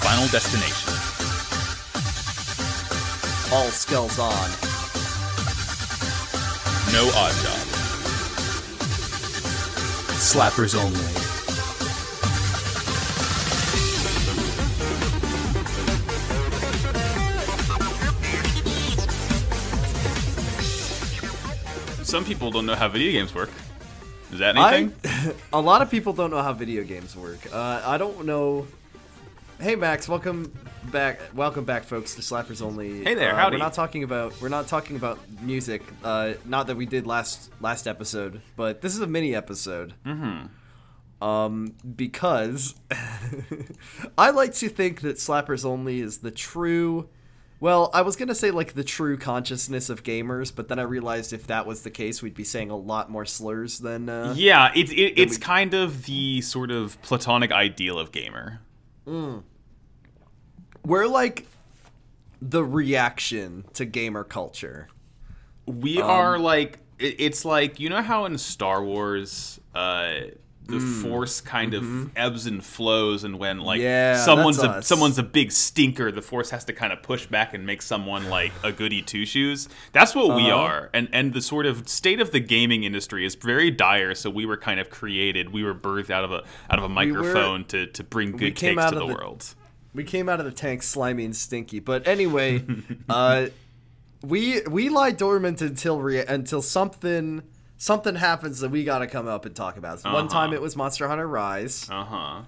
final destination. All skills on. No odd job. Slappers only. Some people don't know how video games work. Is that I, anything? a lot of people don't know how video games work. Uh, I don't know. Hey Max, welcome back. Welcome back, folks, to Slappers Only. Hey there, Uh, howdy. We're not talking about we're not talking about music. Uh, not that we did last last episode, but this is a mini episode. Mm-hmm. Um, because I like to think that Slappers Only is the true. Well, I was gonna say like the true consciousness of gamers, but then I realized if that was the case, we'd be saying a lot more slurs than. Uh, yeah, it's it, it's kind of the sort of platonic ideal of gamer. we're like the reaction to gamer culture. We Um, are like it, it's like you know how in Star Wars, uh, the Mm, Force kind of ebbs and flows, and when like mm-hmm. Yeah, someone's that's a us. someone's a big stinker, the Force has to kind of push back and make someone like a goody two shoes. That's what Uh-huh. we are, and and the sort of state of the gaming industry is very dire. So we were kind of created, we were birthed out of a out of a were- microphone to to bring good came takes out to the of the- world. We came out of the tank slimy and stinky, but anyway, uh, we we lie dormant until re- until something something happens that we gotta come up and talk about. One time it was Monster Hunter Rise, Uh huh.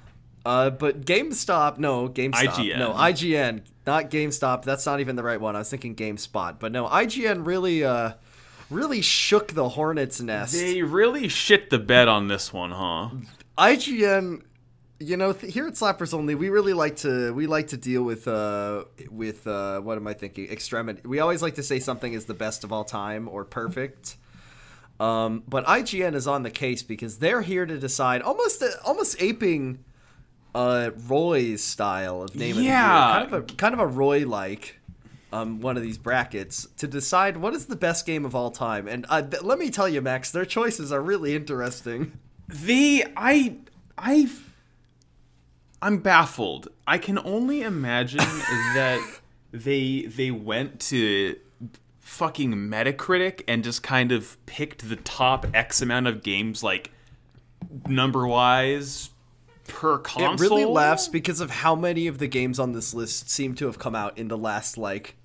uh, but GameStop, no GameStop, IGN. no IGN, not GameStop. That's not even the right one. I was thinking GameSpot, but no IGN really uh, really shook the hornet's nest. They really shit the bed on this one, huh? IGN, you know, th- here at Slappers Only, we really like to we like to deal with uh with uh what am I thinking? Extremity. We always like to say something is the best of all time or perfect. Um, but IGN is on the case because they're here to decide, almost uh, almost aping uh Roy's style of name. of the year. Yeah. kind of a kind of a Roy like. Um, one of these brackets to decide what is the best game of all time, and uh, th- let me tell you, Max, their choices are really interesting. They, I, I, I'm baffled. I can only imagine that they they went to fucking Metacritic and just kind of picked the top X amount of games, like number wise per console. It really laughs because of how many of the games on this list seem to have come out in the last like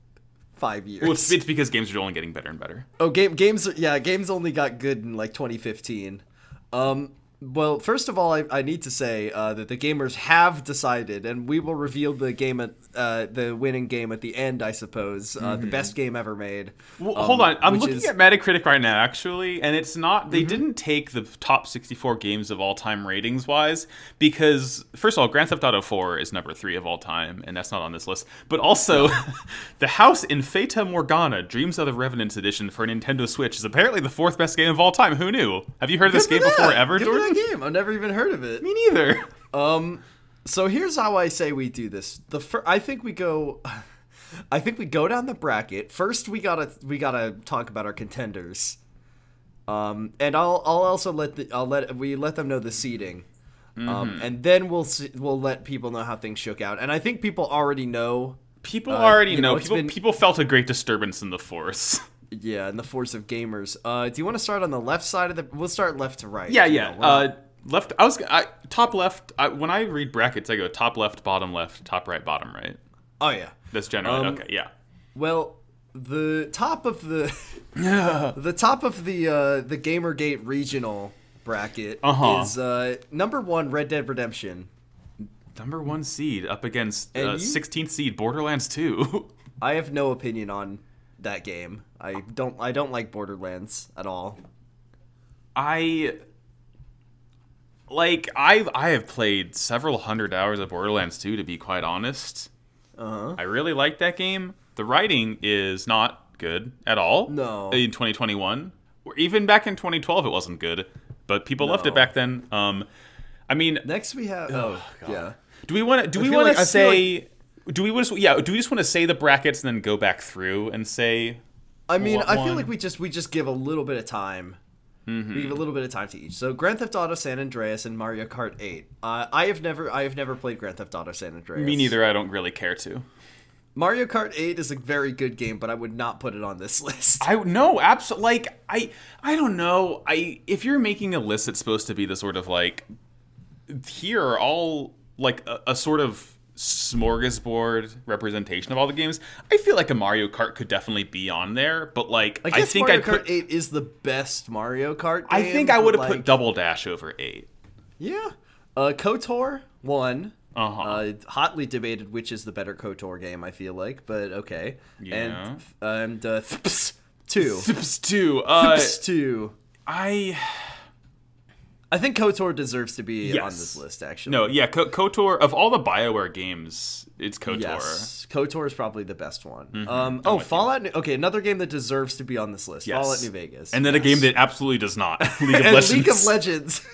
five years. Well, it's, it's because games are only getting better and better. oh, game games. Yeah, games only got good in like 2015. Um, well, first of all, I, I need to say uh, that the gamers have decided, and we will reveal the game at uh, the winning game at the end, I suppose. Uh, The best game ever made. Mm-hmm. Well, Um, hold on. I'm which looking is- Mm-hmm. at Metacritic right now, actually, and it's not. They didn't take the top 64 games of all time ratings wise, because first of all, Grand Theft Auto 4 is number three of all time, and that's not on this list. But also, The House in Fata Morgana: Dreams of the Revenants Edition for Nintendo Switch is apparently the fourth best game of all time. Who knew? Have you heard of this Good game for before that. ever, Good for Jordan? that game. I've never even heard of it. Me neither. So here's how I say we do this. The fir- I think we go I think we go down the bracket. First we got to we got to talk about our contenders. Um and I'll I'll also let the I'll let we let them know the seeding. Mm-hmm. Um and then we'll see, we'll let people know how things shook out. And I think people already know People already Uh, you know, know. it's People been- people felt a great disturbance in the force. yeah, in the force of gamers. Uh do you want to start on the left side of the we'll start left to right. Yeah, You yeah. know, we're not- Uh, left. I was I, top left. I, when I read brackets, I go top left, bottom left, top right, bottom right. oh yeah. That's generally Um, okay. Yeah. Well, the top of the the top of the uh, the GamerGate regional bracket Uh-huh. is uh, number one Red Dead Redemption. Number one seed up against And uh, you- 16th seed Borderlands 2. I have no opinion on that game. I don't I don't like Borderlands at all. I like I I have played several hundred hours of Borderlands 2 to be quite honest. Uh-huh. I really like that game. The writing is not good at all. No. In 2021, or even back in 2012 it wasn't good, but people loved it No. back then. Um I mean, Next we have oh, yeah. Do we want to? Do we feel want like- to I feel say? do we just? Yeah. Do we just want to say the brackets and then go back through and say? I mean, What I feel one? Mm-hmm. like we just we just give a little bit of time We give a little bit of time to each. So Grand Theft Auto San Andreas and Mario Kart 8. Uh, I have never I have never played Grand Theft Auto San Andreas. Me neither. I don't really care to. Mario Kart 8 is a very good game, but I would not put it on this list. I no, absolutely. Like I, I don't know. I if you're making a list that's supposed to be the sort of like, here are all like a, a sort of smorgasbord representation of all the games. I feel like a Mario Kart could definitely be on there, but like I I, guess think Mario I Kart put. 8 is the best Mario Kart game. I think I would have but, put like, Double Dash over eight. Yeah. Uh, KOTOR 1. Uh-huh. Uh, hotly debated which is the better KOTOR game, I feel like, but okay. Yeah. And, and uh, Thps 2. Sips two. Uh, Thps 2. I I think KOTOR deserves to be on Yes. this list, actually. no, yeah. Ko- Kotor of all the Bioware games, it's Kotor. Yes, KOTOR is probably the best one. Mm-hmm. Um, oh, Fallout. New- okay, another game that deserves to be on this list. Yes. Fallout New Vegas, And then a game that absolutely does not. League of And Legends. League of Legends.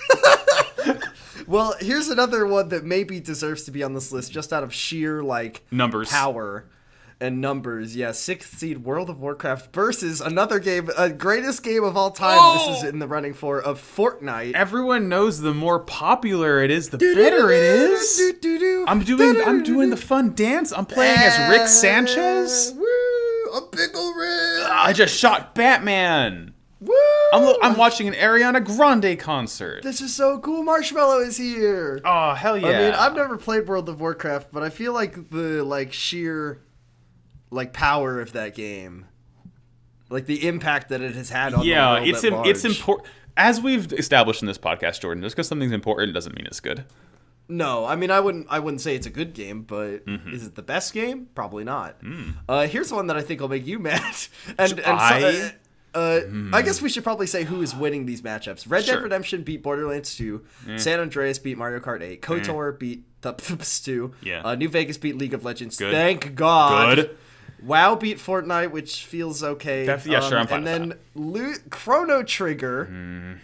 well, here's another one that maybe deserves to be on this list, just out of sheer like Numbers. power and numbers. Yeah, sixth seed World of Warcraft versus another game, uh, greatest game of all time. This is Oh! in the running for of Fortnite. everyone knows the more popular it is, the better it is. I'm doing I'm doing the fun dance. I'm playing as Rick Sanchez. Ah, Woo! A pickle Rick. I just shot Batman. Woo! I'm lo- I'm watching an Ariana Grande concert. This is so cool. Marshmallow is here. Oh hell yeah! I mean, I've never played World of Warcraft, but I feel like the like sheer like power of that game, like the impact that it has had on yeah, the world it's at im- it's large. important. As we've established in this podcast, Jordan, just because something's important doesn't mean it's good. No, I mean I wouldn't I wouldn't say it's a good game, but Mm-hmm. is it the best game? Probably not. Uh, here's one that I think will make you mad. and and Hmm. so- I- Hmm. uh, uh, I guess we should probably say who is winning these matchups. Red Sure. Eh. Dead Redemption beat Borderlands 2. San Andreas beat Mario Kart 8. KOTOR beat The Pfps 2. Yeah. Uh, New Vegas beat League of Legends. Good. Thank God. Good. WoW beat Fortnite, which feels okay. Um, That's- yeah, sure, I'm fine And with then Lu- Chrono Trigger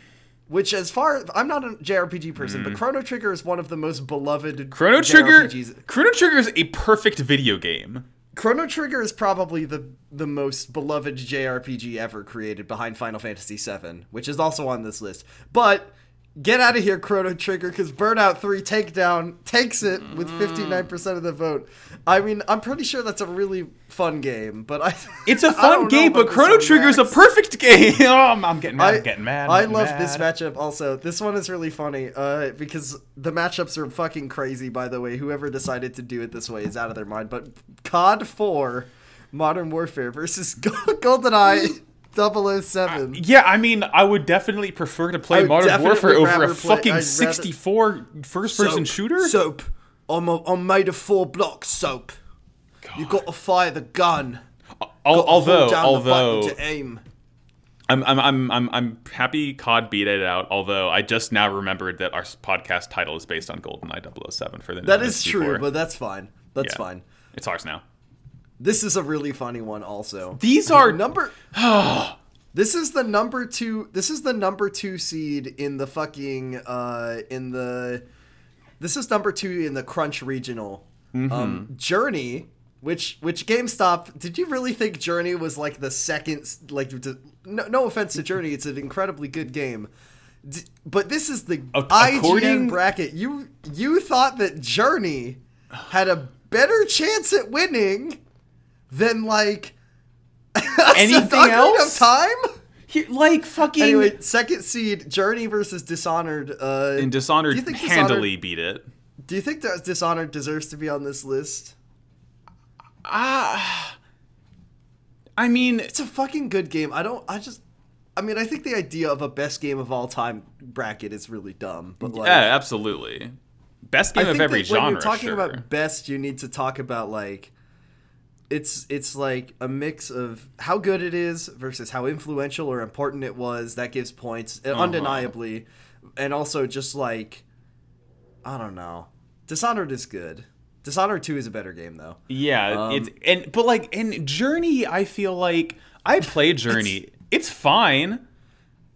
which as far I'm not a JRPG person, but Chrono Trigger is one of the most beloved Hmm. Chrono Trigger. JRPGs. Chrono Trigger is a perfect video game. Chrono Trigger is probably the the most beloved JRPG ever created behind Final Fantasy VII, which is also on this list. But get out of here, Chrono Trigger, because Burnout Three Takedown takes it with Hmm. 59% of the vote. I mean, I'm pretty sure that's a really fun game, but I It's a I don't fun know game, about but this Chrono one, Trigger is a Max. perfect game. oh, I'm, I'm getting mad. I, am getting mad. I I'm love mad. this matchup also. This one is really funny uh, because the matchups are fucking crazy, by the way. Whoever decided to do it this way is out of their mind. But COD 4 Modern Warfare versus GoldenEye 007. Yeah, I mean, I would definitely prefer to I play would Modern definitely Warfare over rather a play- I'd fucking rather- 64 first person shooter. Soap. I'm, a, I'm made of four blocks, soap. You gotta fire the gun. Al- although, Hold down the button although, to aim. I'm, I'm, I'm, I'm, I'm happy COD beat it out. Although, I just now remembered that our s- podcast title is based on GoldenEye 007 for the That Nintendo is true, 64. but that's fine. That's Yeah. fine. It's ours now. This is a really funny one, also. These are number this is the number two this is the number two seed in the fucking uh in the this is number two in the crunch regional um journey which which gamestop did you really think journey was like the second s- like d- no, no offense to journey it's an incredibly good game D- but this is the Ac- according- IGN bracket. You you thought that Journey had a better chance at winning than like anything Ocarina else. of time? Here- like fucking. Anyway, second seed Journey versus Dishonored. Uh, and Dishonored do you think Dishonored- handily beat it. do you think that Dishonored deserves to be on this list? Ah, I mean, It's a fucking good game. I don't. I just. I mean, I think the idea of a best game of all time bracket is really dumb. But like, yeah, absolutely. Best I game of think every that genre. When you're talking sure. about best, you need to talk about like it's it's like a mix of how good it is versus how influential or important it was. That gives points Uh-huh. uh, undeniably, and also just like I don't know, Dishonored is good. Dishonored Two is a better game though. Yeah, Um, it's and but like in Journey, I feel like I play Journey. it's, fine.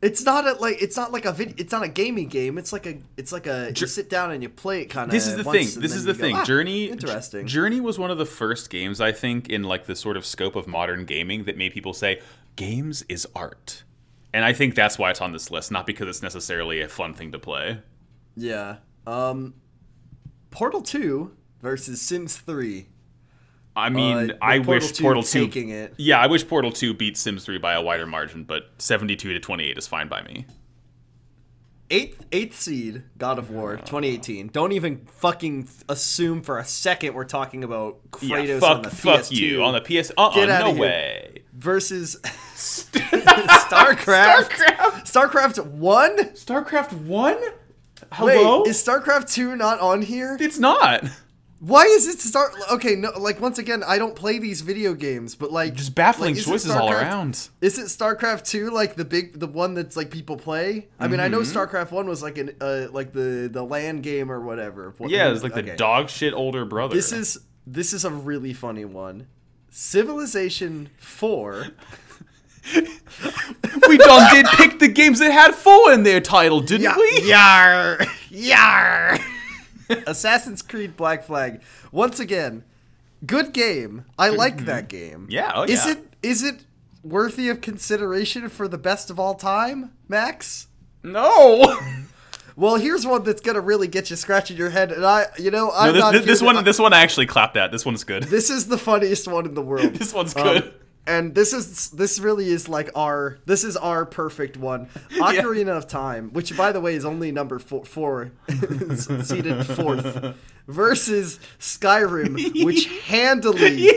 It's not a, like it's not like a vid- it's not a gaming game. It's like a it's like a you sit down and you play it kind of. This is the thing. This is the thing. Journey "Ah, Interesting. Journey was one of the first games I think in like the sort of scope of modern gaming that made people say games is art. And I think that's why it's on this list, not because it's necessarily a fun thing to play. Yeah. Um, Portal Two versus Sims Three. I Uh, mean, with I wish Portal 2 taking it. Yeah, I wish Portal 2 beat Sims 3 by a wider margin, but 72 to 28 is fine by me. Eighth, eighth seed, God of War, 2018. Don't even fucking assume for a second we're talking about Kratos yeah, on fuck, the fuck PS2 you on the PS. Uh, uh Get outta no here. way. versus StarCraft. StarCraft. StarCraft One. StarCraft One. Hello. Wait, is StarCraft Two not on here? it's not. Why is it Star? Okay, no. Like once again, I don't play these video games, but like Just baffling like, is it choices all StarCraft- around. Is it StarCraft Two like the big, the one that's like people play? I mean, I know Mm-hmm. StarCraft One was like an uh, like the the land game or whatever. What- Yeah, it's like the okay. dog shit older brother. This is this is a really funny one. Civilization Four. we done did pick the games that had four in their title, didn't we? Yar, yar. Assassin's Creed Black Flag. Once again, good game. I like that game. Yeah, oh Is yeah. it is it worthy of consideration for the best of all time, Max? No. Well, here's one that's gonna really get you scratching your head, and I, you know, I'm no this, not this, this here to- one. This one I actually clapped at. This one's good. this is the funniest one in the world. This one's Um, good. and this is this really is like our this is our perfect one. Ocarina of Time, which by the way is only number four, four seated fourth, versus Skyrim, which handily,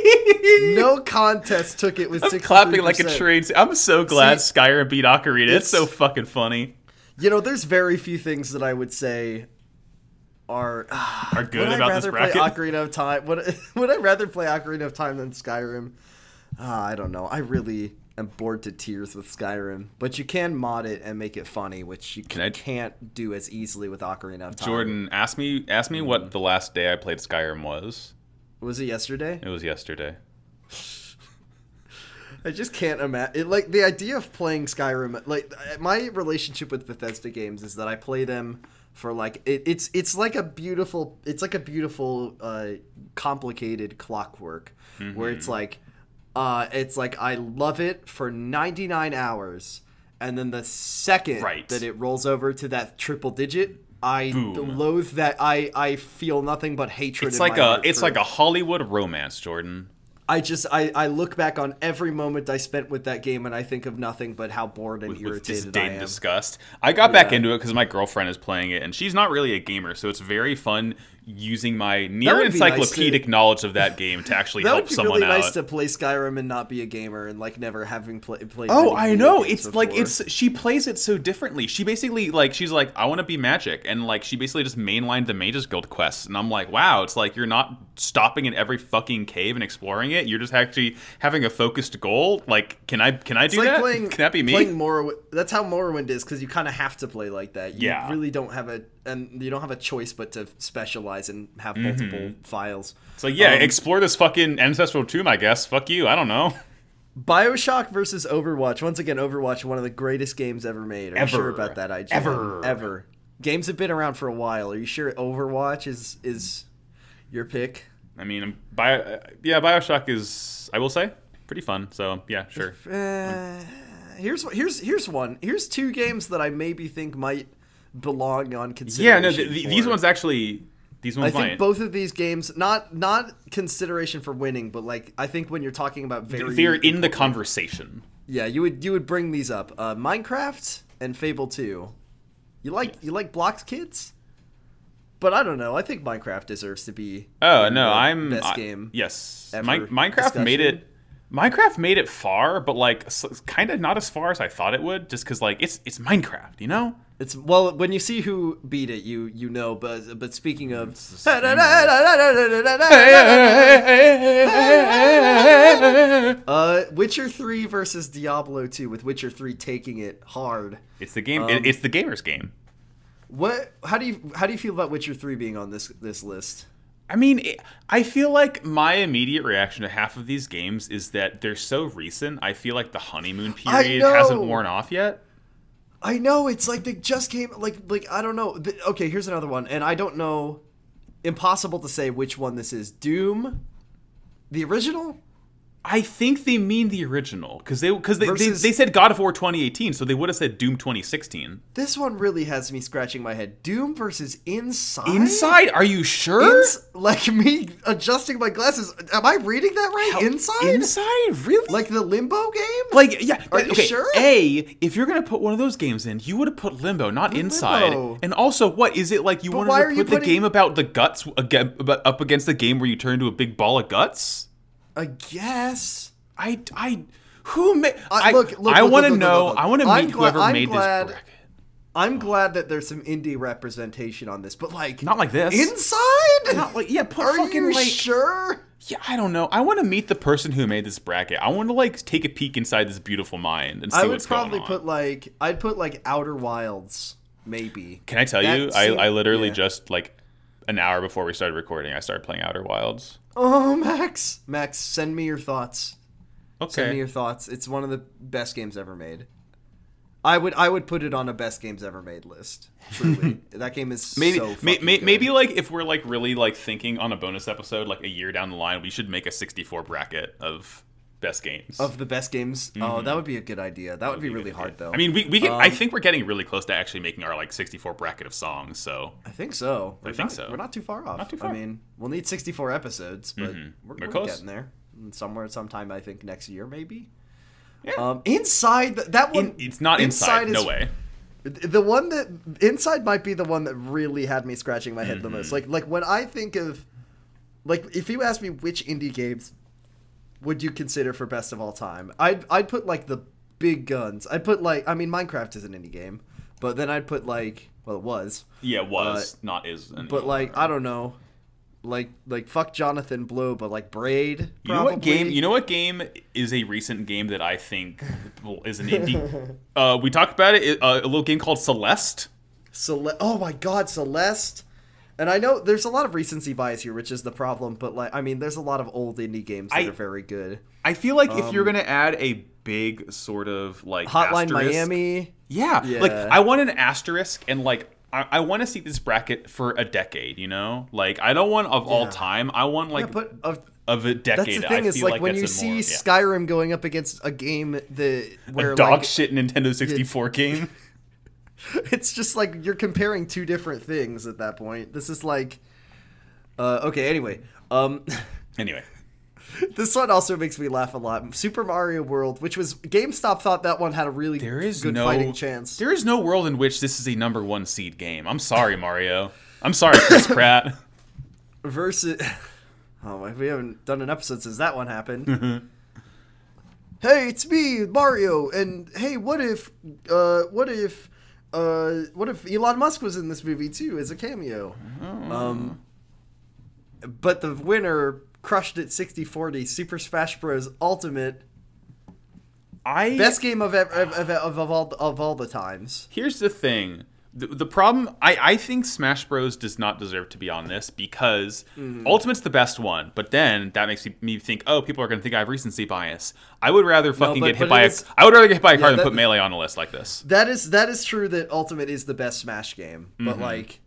no contest took it with I'm clapping like a train. I'm so glad See- Skyrim beat Ocarina. It's, It's- so fucking funny. You know, there's very few things that I would say are ah, Are good would I about this rather play bracket. Ocarina of Time? Would, would I rather play Ocarina of Time than Skyrim? Ah, I don't know. I really am bored to tears with Skyrim, but you can mod it and make it funny, which you Can I- can, not do as easily with Ocarina of Time. Jordan, ask me ask me what the last day I played Skyrim was. was it yesterday? It was yesterday. I just can't imagine. Like the idea of playing Skyrim, like I- my relationship with Bethesda games is that I play them for like it, it's it's like a beautiful it's like a beautiful uh, complicated clockwork where Mm-hmm. it's like uh, it's like I love it for ninety nine hours and then the second Right. that it rolls over to that triple digit. I Boom. loathe that. I, I feel nothing but hatred. It's in like my a heart it's for- like a Hollywood romance, Jordan. I just I, I look back on every moment I spent with that game and I think of nothing but how bored and with irritated I disdain and am. disgust. I got back Yeah. into it because my girlfriend is playing it, and she's not really a gamer, so it's very fun using my That near would be nice encyclopedic to- knowledge of that game to actually That help would be someone really out. nice to play Skyrim and not be a gamer and like never having play, played. Oh, many I video know. games It's like before. it's she plays it so differently. She basically like she's like I want to be magic, and like she basically just mainlined the Mages Guild quests, and I'm like, wow, it's like you're not stopping in every fucking cave and exploring it. You're just actually having a focused goal. Like, can I can I do It's like that? playing. can that be me? Playing Morrowind. That's how Morrowind is because you kind of have to play like that. You Yeah. really don't have a and you don't have a choice but to specialize and have Mm-hmm. multiple files. It's like yeah, Um, explore this fucking ancestral tomb. I guess. Fuck you. I don't know. Bioshock versus Overwatch. Once again, Overwatch, one of the greatest games ever made. Are you Ever. sure about that, IGN? Ever. Ever. Games have been around for a while. Are you sure Overwatch is is your pick? I mean, bio, uh, yeah, Bioshock is, I will say, pretty fun. So yeah, sure. Eh. Uh, here's here's here's one. Here's two games that I maybe think might belong on Yeah, consideration. no, th- th- for- these ones actually, these I ones think might. both of these games not not consideration for winning, but like I think when you're talking about very They're in the conversation. Yeah, you would you would bring these up. Uh, Minecraft and Fable 2. You like you like blocks kids? But I don't know. I think Minecraft deserves to be Oh in no, the I'm best I- game. yes, ever Mi- Minecraft made discussion. it. Minecraft made it far, but like kind of not as far as I thought it would, just because like it's it's Minecraft, you know. It's well when you see who beat it, you you know. But but speaking of, uh, Witcher three versus Diablo two, with Witcher three taking it hard. It's the game. it- it's the gamer's game. What? How do you how do you feel about Witcher three being on this this list? I mean, it, I feel like my immediate reaction to half of these games is that they're so recent. I feel like the honeymoon I period know. hasn't worn off yet. I know it's like they just came like like I don't know. Th- okay, here's another one, and I don't know. Impossible to say which one this is. Doom, the original. I think they mean the original because they because they, Versus- they they said God of War 2018, so they would have said Doom 2016. This one really has me scratching my head. Doom versus Inside? Inside? Are you sure? Ins- like me adjusting my glasses. Am I reading that right? Inside? Inside? Really? like the Limbo game? Like yeah, Are th- you sure? A, if you're gonna put one of those games in, you would have put Limbo, not Inside. Limbo. And also, what is it like? You wanted why to are put you the putting- game about the guts aga- ab- up against the game where you turn into a big ball of guts? I guess. I, I, who made? I, I- Uh, look, look, I look, want to look, look, know. look, look. I want to I'm meet gla- whoever I'm made glad- this bracket. I'm glad that there's some indie representation on this, but like Not like this. Inside? Not like yeah, put Are fucking you like sure? yeah. I don't know. I want to meet the person who made this bracket. I want to like take a peek inside this beautiful mind and see I would what's probably going on. put like I'd put like Outer Wilds, maybe. Can I tell That you? seem- I, I literally yeah. just like an hour before we started recording, I started playing Outer Wilds. Oh, Max, Max, send me your thoughts. Send me Okay. your thoughts. It's one of the best games ever made. I would I would put it on a best games ever made list. Truly, that game is Maybe, so may, fucking may, good. maybe like if we're like really like thinking on a bonus episode like a year down the line, we should make a 64 bracket of best games. of the best games. Oh, Mm-hmm. that would be a good idea. That would be really hard though. Um, I mean, we, we can, I think we're getting really close to actually making our like 64 bracket of songs. So I think so. We're think not, so. We're not too far off. Not too far. Mm-hmm. I mean, we'll need 64 episodes, but we're, We're we're close. getting there. Somewhere, sometime, I think next year, maybe. Yeah. Um, inside th- that one, In- it's not inside. no is- way. The one that inside might be the one that really had me scratching my head the most. Mm-hmm. Like, like when I think of, like, if you ask me which indie games would you consider for best of all time, I'd I'd put like the big guns. I'd put like, I mean, Minecraft is an indie game, but then I'd put like, well, it was. Yeah, was not is. an- But like I don't know, like like fuck Jonathan Blow, but like Braid. You know what probably. game? You know what game is a recent game that I think is an indie. uh, we talked about it. Uh, a little game called Celeste. Cele- oh my God, Celeste. And I know there's a lot of recency bias here, which is the problem. But like I mean, there's a lot of old indie games that I- are very good. I feel like if you're gonna add a big sort of like Um, Hotline asterisk- Miami. yeah, like Yeah. I want an asterisk and like I, I want to see this bracket for a decade. You know, like I don't want of all Yeah. time. I want like But uh, of a decade. that's the I thing is feel like, when that's you a see more- yeah. Skyrim going up against a game that where dog like, shit Nintendo 64 game. it's just like you're comparing two different things at that point. This is like, uh, okay. Anyway, um. Anyway, This one also makes me laugh a lot. Super Mario World, which was GameStop thought that one had a really there is good no fighting chance. There is no world in which this is a number one seed game. I'm sorry, Mario. I'm sorry, Chris Pratt. Versus, oh my, we haven't done an episode since that one happened. hey, it's me, Mario, and hey, what if, uh, what if, uh, what if Elon Musk was in this movie too as a cameo? Oh. Um, but the winner crushed it 60-40 Super Smash Bros. Ultimate. I Best game of ev- of, of, of, of all of all the times. Here's the thing. The, the problem, I, I think Smash Bros. does not deserve to be on this because Mm-hmm. Ultimate's the best one, but then that makes me, me think, oh, people are going to think I have recency bias. I would rather fucking but- get hit but it by a, is- I would rather get hit by a car than that- put Melee on a list like this. That is that is true that Ultimate is the best Smash game, Mm-hmm. but like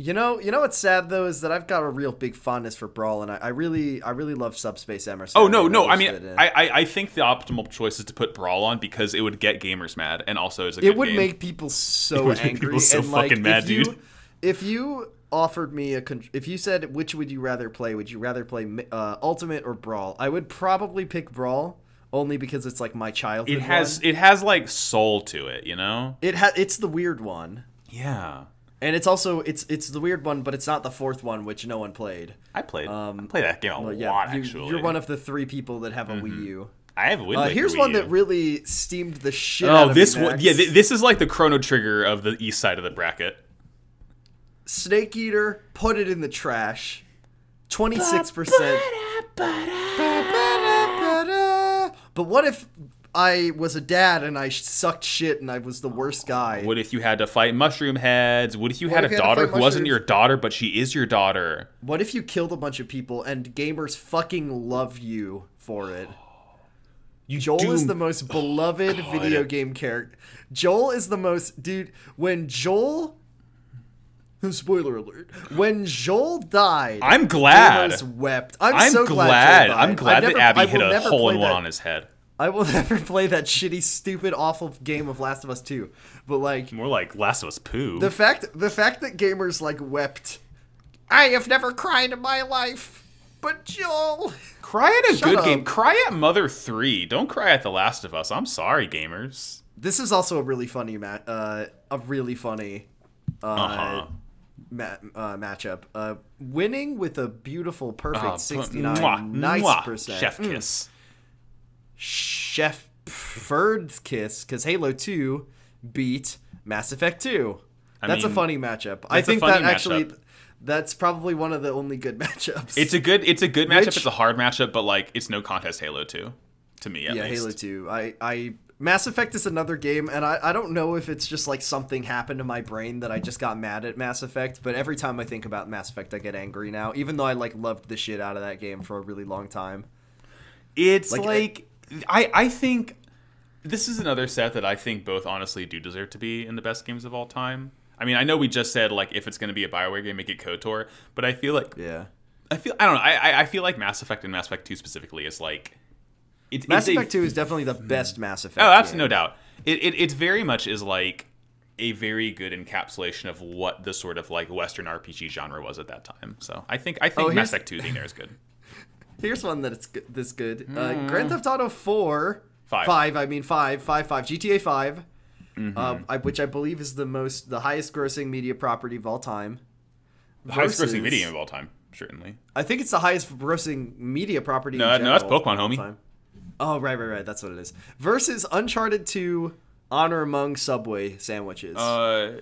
you know, you know what's sad though is that I've got a real big fondness for Brawl, and I, I really, I really love Subspace Emerson. Oh, no, no. I wish mean, that, uh, I, I, I think the optimal choice is to put Brawl on because it would get gamers mad and also it's a it good would game. make people so would make angry people so and like fucking mad, if you, dude. If you offered me a, con- if you said which would you rather play, would you rather play uh, Ultimate or Brawl? I would probably pick Brawl only because it's like my childhood. It has, one. it has like soul to it, you know? it ha- it's the weird one. Yeah. And it's also it's it's the weird one, but it's not the fourth one, which no one played. I played, I played that game a But Um, yeah, lot, you, actually. you're one of the three people that have a Wii U. I have a win Uh, like here's Wii one U. that really steamed the shit out Oh, of this me. one, Max. yeah, th- this is like the Chrono Trigger of the east side of the bracket. Snake Eater put it in the trash. Twenty six percent. But what if I was a dad and I sucked shit and I was the worst guy? What if you had to fight mushroom heads? What if you had if a you had to daughter fight who wasn't mushrooms? your daughter, but she is your daughter? What if you killed a bunch of people and gamers fucking love you for it? Joel is doomed- the most beloved video game character. Joel is the most dude. When Joel Spoiler alert. When Joel died, I'm glad. gamers wept. I'm, I'm so glad. glad. Joel died. I'm glad I've that never- I Abby will hit a never hole play in one that- on his head. I will never play that shitty, stupid, awful game of Last of Us 2. But like More like Last of Us poo. the fact the fact that gamers like wept I have never cried in my life. But Joel cry at a good up. game. Cry at Mother Three. Don't cry at The Last of Us. I'm sorry, gamers. This is also a really funny ma- uh a really funny uh, Uh-huh. ma- uh matchup. Uh winning with a beautiful perfect Uh, p- 69 mwah, nice mwah, percent. Chef Mm. kiss. Chef Ferd's kiss because Halo 2 beat Mass Effect 2. I that's a mean, funny matchup. I a think funny that actually matchup. that's probably one of the only good matchups. It's a good. It's a good matchup. Which- It's a hard matchup, but like it's no contest. Halo Two, to me at yeah, least. Halo 2. I I Mass Effect is another game and I I don't know if it's just like something happened to my brain that I just got mad at Mass Effect, but every time I think about Mass Effect I get angry now even though I like loved the shit out of that game for a really long time. It's like, Like, I I think this is another set that I think both honestly do deserve to be in the best games of all time. I mean, I know we just said like if it's going to be a Bioware game, make it KOTOR, but I feel like Yeah. I feel I don't know. I I- I feel like Mass Effect and Mass Effect Two specifically is like it's Mass it's a- Effect 2 is definitely the best Mass Effect. Oh, absolutely, no game. doubt. It, it it very much is like a very good encapsulation of what the sort of like Western RPG genre was at that time. So I think I think Oh, Mass here's- Effect Two being there is good. Here's one that's g- this good. Uh, Grand Theft Auto 4. Mm. Five. Mm-hmm. I mean, 5. 5, 5. GTA 5. um, I, which I believe is the most, the highest grossing media property of all time. The highest Versus- grossing video game of all time, certainly. I think it's the highest grossing media property. No, in no, that's general Pokemon, of all homie. time. Oh, right, right, right. That's what it is. Versus Uncharted 2, Honor Among Subway Sandwiches. Uh,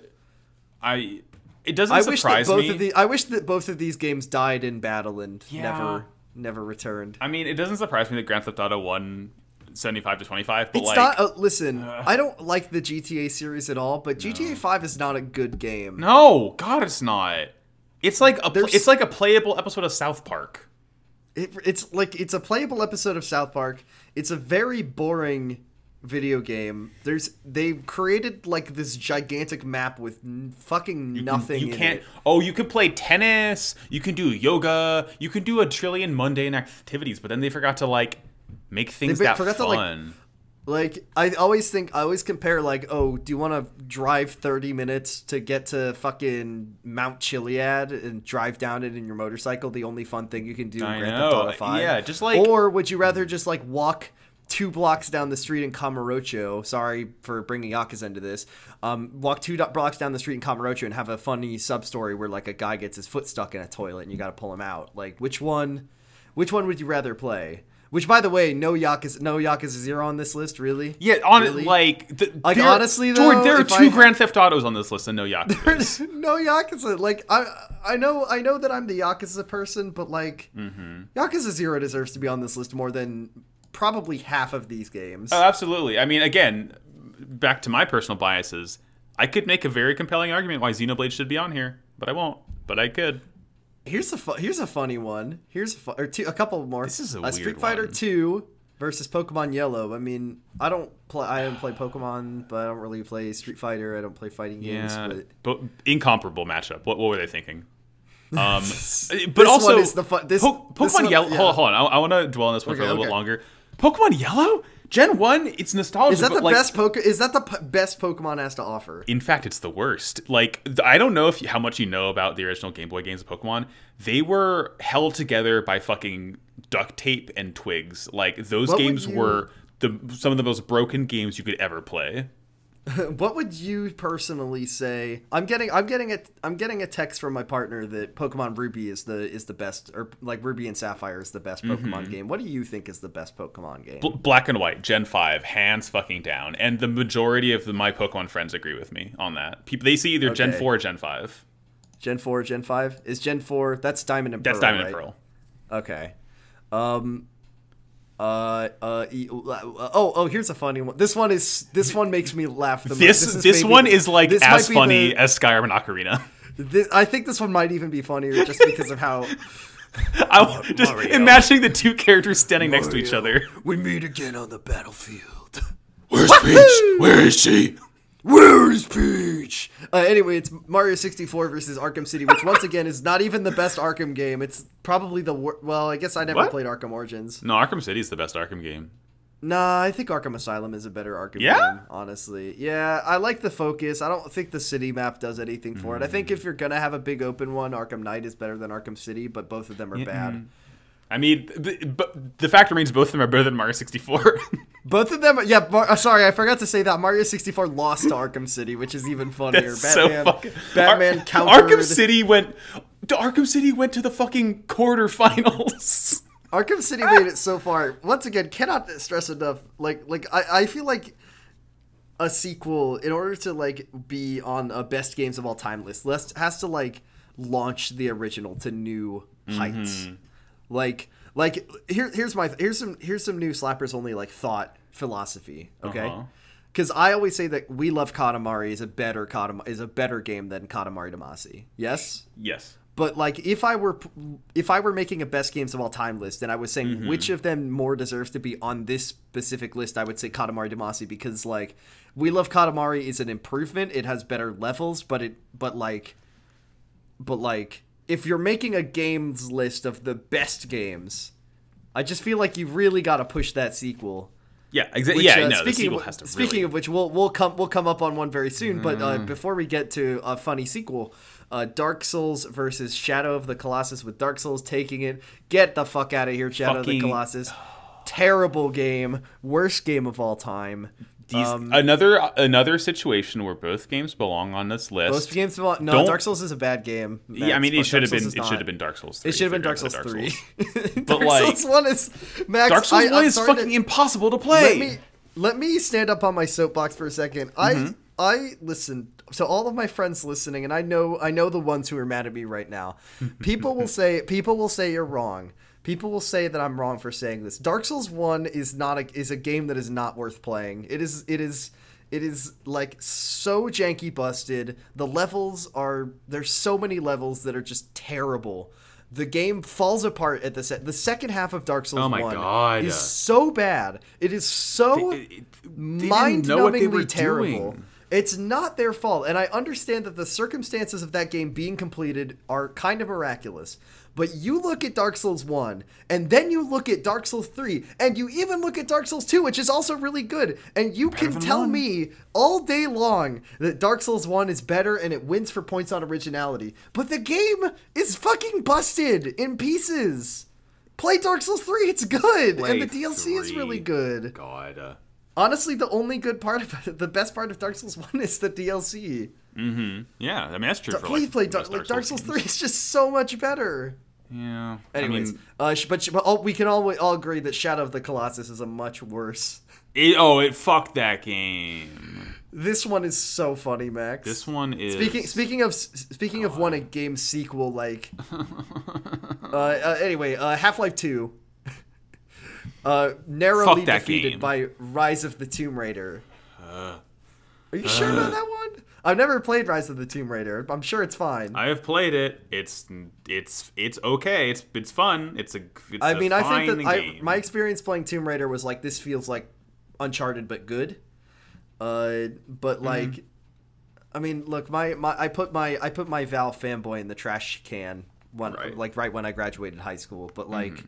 I it doesn't I wish that surprise both me. of the I wish that both of these games died in battle and Yeah. never never returned. I mean, it doesn't surprise me that Grand Theft Auto won seventy five to twenty five, but It's like not. A, listen, I don't like the GTA series at all, but GTA Five is not a good game. no, God, it's not. It's like a pl- There's- it's like a playable episode of South Park. It, it's like it's a playable episode of South Park. It's a very boring video game. There's they've created like this gigantic map with n- fucking nothing. You in can't. it. Oh, you can play tennis. You can do yoga. You can do a trillion mundane activities, but then they forgot to like make things They that forgot to, like- fun. Like I always think I always compare like oh do you want to drive 30 minutes to get to fucking Mount Chiliad and drive down it in your motorcycle the only fun thing you can do in I Grand know, Theft Auto like, 5 yeah, just like- or would you rather just like walk two blocks down the street in Camarocho sorry for bringing Yakuza into this um walk two do- blocks down the street in Camarocho and have a funny sub story where like a guy gets his foot stuck in a toilet and you got to pull him out like which one which one would you rather play? Which, by the way, no Yakuza, no Yakuza Zero on this list, really. yeah, on Really? like, the, Like, there- honestly, Jordan, though, there are if two I- Grand Theft Autos on this list and no Yakuza. no Yakuza. Like I, I know, I know that I'm the Yakuza person, but like Yakuza Zero deserves to be on this list more than probably half of these games. Oh, absolutely. I mean, again, back to my personal biases, I could make a very compelling argument why Xenoblade should be on here, but I won't. But I could. here's a fu- here's a funny one. Here's a fu- or two, a couple more. This is a Uh, weird Street Fighter one. Two versus Pokemon Yellow. I mean, I don't play. I don't play Pokemon, but I don't really play Street Fighter. I don't play fighting games. Yeah, But but incomparable matchup. What, what were they thinking? Um, but one also, is the fu- this- Po- this Pokemon one- Yellow. yeah. Hold, hold on, I, I want to dwell on this one for a Okay, little bit okay. longer. Pokemon Yellow, Gen One. It's nostalgia. is that but, the like, best poke? Is that the p- best Pokemon has to offer? In fact, it's the worst. Like th- I don't know if how much you know about the original Game Boy games of Pokemon. They were held together by fucking duct tape and twigs. Like those What would games you- were the some of the most broken games you could ever play. What would you personally say? I'm getting I'm getting a I'm getting a text from my partner that Pokemon Ruby is the is the best or like Ruby and Sapphire is the best Pokemon Mm-hmm. game. What do you think is the best Pokemon game? Bl- black and white, Gen Five, hands fucking down. And the majority of the, my Pokemon friends agree with me on that. People they see either Gen Okay. Four or Gen Five. Gen 4, Gen 5? Is Gen 4 that's Diamond and That's Pearl. Diamond right? and Pearl. Okay. Um uh uh e- oh oh here's a funny one. This one is this one makes me laugh the most. This this, is maybe- one is like this as might be funny the- as Skyrim and Ocarina. this, I think this one might even be funnier just because of how I w- just Mario. imagining the two characters standing next to each Mario. other. we meet again on the battlefield. Where's Peach? Where is she? Where's Peach? Uh, anyway, it's Mario 64 versus Arkham City, which once again is not even the best Arkham game. It's probably the wor- well. I guess I never What? played Arkham Origins. No, Arkham City is the best Arkham game. Nah, I think Arkham Asylum is a better Arkham Yeah? game, honestly. Yeah, I like the focus. I don't think the city map does anything for it. I think Mm. if you're going to have a big open one, Arkham Knight is better than Arkham City, but both of them are bad. I mean, th- but the fact remains both of them are better than Mario 64. Both of them, are, yeah, Mar- uh, sorry, I forgot to say that. Mario 64 lost to Arkham City, which is even funnier. That's Batman, so fucking Batman Ar- countered. Arkham City went D- Arkham City went to the fucking quarterfinals. Arkham City made it so far. Once again, cannot stress enough. Like, like I, I feel like a sequel, in order to like be on a best games of all time list, list has to like launch the original to new heights. Like, like here, here's my here's some here's some new slappers only like thought philosophy. Okay. Uh-huh. Because I always say that we love Katamari is a better Katam- is a better game than Katamari Damacy. Yes yes. but like if i were p- if i were making a best games of all time list and i was saying which of them more deserves to be on this specific list i would say katamari damacy because like we love katamari is an improvement it has better levels but it but like but like if you're making a games list of the best games i just feel like you really got to push that sequel Yeah, exactly. which, Yeah, no, uh, the speaking sequel of, has to speaking really... Mm. of which, we'll we'll come we'll come up on one very soon. But uh, before we get to a funny sequel, uh, Dark Souls versus Shadow of the Colossus, with Dark Souls taking it. Get the fuck out of here, Shadow of the Fucking- Colossus. Terrible game, worst game of all time. Um, These, another another situation where both games belong on this list. Most games of all, no, Don't- Dark Souls is a bad game. yeah, I Max, mean, but it should Dark have been Souls it is not. should have been Dark Souls. 3 It should have been if they're Dark going Souls to three. But, Dark like, Souls one is Max. Dark Souls I, One I'm is sorry to- fucking impossible to play. Let me let me stand up on my soapbox for a 2nd Mm-hmm. I I listen to all of my friends listening, and I know I know the ones who are mad at me right now. People will say people will say you're wrong. People will say that I'm wrong for saying this. Dark Souls One is not a is a game that is not worth playing. It is it is it is like so janky busted. The levels are there's so many levels that are just terrible. The game falls apart at the set. The second half of Dark Souls Oh my 1 God. is so bad. It is so They- it- they didn't know what they were mind-numbingly terrible. doing. It's not their fault, and I understand that the circumstances of that game being completed are kind of miraculous. But you look at Dark Souls 1, and then you look at Dark Souls 3, and you even look at Dark Souls 2, which is also really good, and you can than tell one. me all day long that Dark Souls 1 is better and it wins for points on originality. But the game is fucking busted in pieces. Play Dark Souls 3, it's good, and the Play DLC is three. really good. God. uh, Honestly, the only good part of the best part of Dark Souls One is the DLC. yeah, I mean that's true for Please like, play most Dark, like, Dark Souls games. Three is just so much better. Yeah. Anyways, I mean, uh, sh- but, sh- but all, we can all, all agree that Shadow of the Colossus is a much worse. it, oh, it fucked that game. This one is so funny, Max. This one is Speaking speaking of s- speaking of one a game sequel like. uh, uh, anyway, uh, Half Life Two. Uh, narrowly Fuck that defeated game. Uh, by Rise of the Tomb Raider. Are you sure about that one? I've never played Rise of the Tomb Raider. I'm sure it's fine. I, I have played it. It's it's it's okay. It's it's fun. It's a. It's a mean, I think fine that I, game. my experience playing Tomb Raider was like this feels like Uncharted but good. Uh, Mm-hmm. but like, I mean, look, my, my I put my I put my Valve fanboy in the trash can one Right. Mm-hmm. like right when I graduated high school. But like,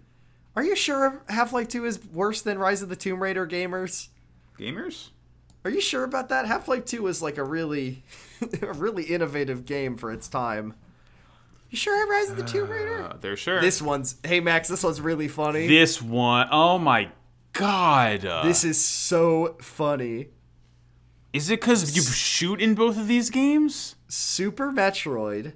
are you sure Half Life Two is worse than Rise of the Tomb Raider gamers? gamers. Are you sure about that? Half Life Two was like a really, a really innovative game for its time. You sure Rise of the Tomb Raider? Uh, they're sure. This one's hey Max, this one's really funny. This, This one oh my god. Uh, is so funny. is it because you shoot in both of these games? Super Metroid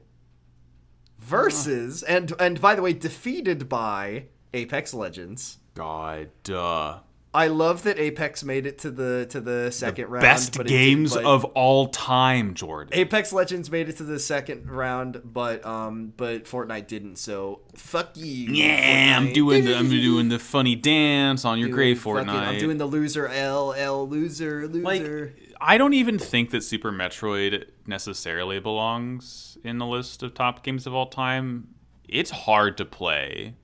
versus and and by the way defeated by Apex Legends. God. Uh, I love that Apex made it to the to the second round. best but it did- games but- of all time, Jordan. Apex Legends made it to the second round, but um, but Fortnite didn't. So fuck you. yeah, I'm Fortnite. doing the I'm doing the funny dance on your grave Fucking- Fortnite. I'm doing the loser L L loser loser. like I don't even think that Super Metroid necessarily belongs in the list of top games of all time. It's hard to play.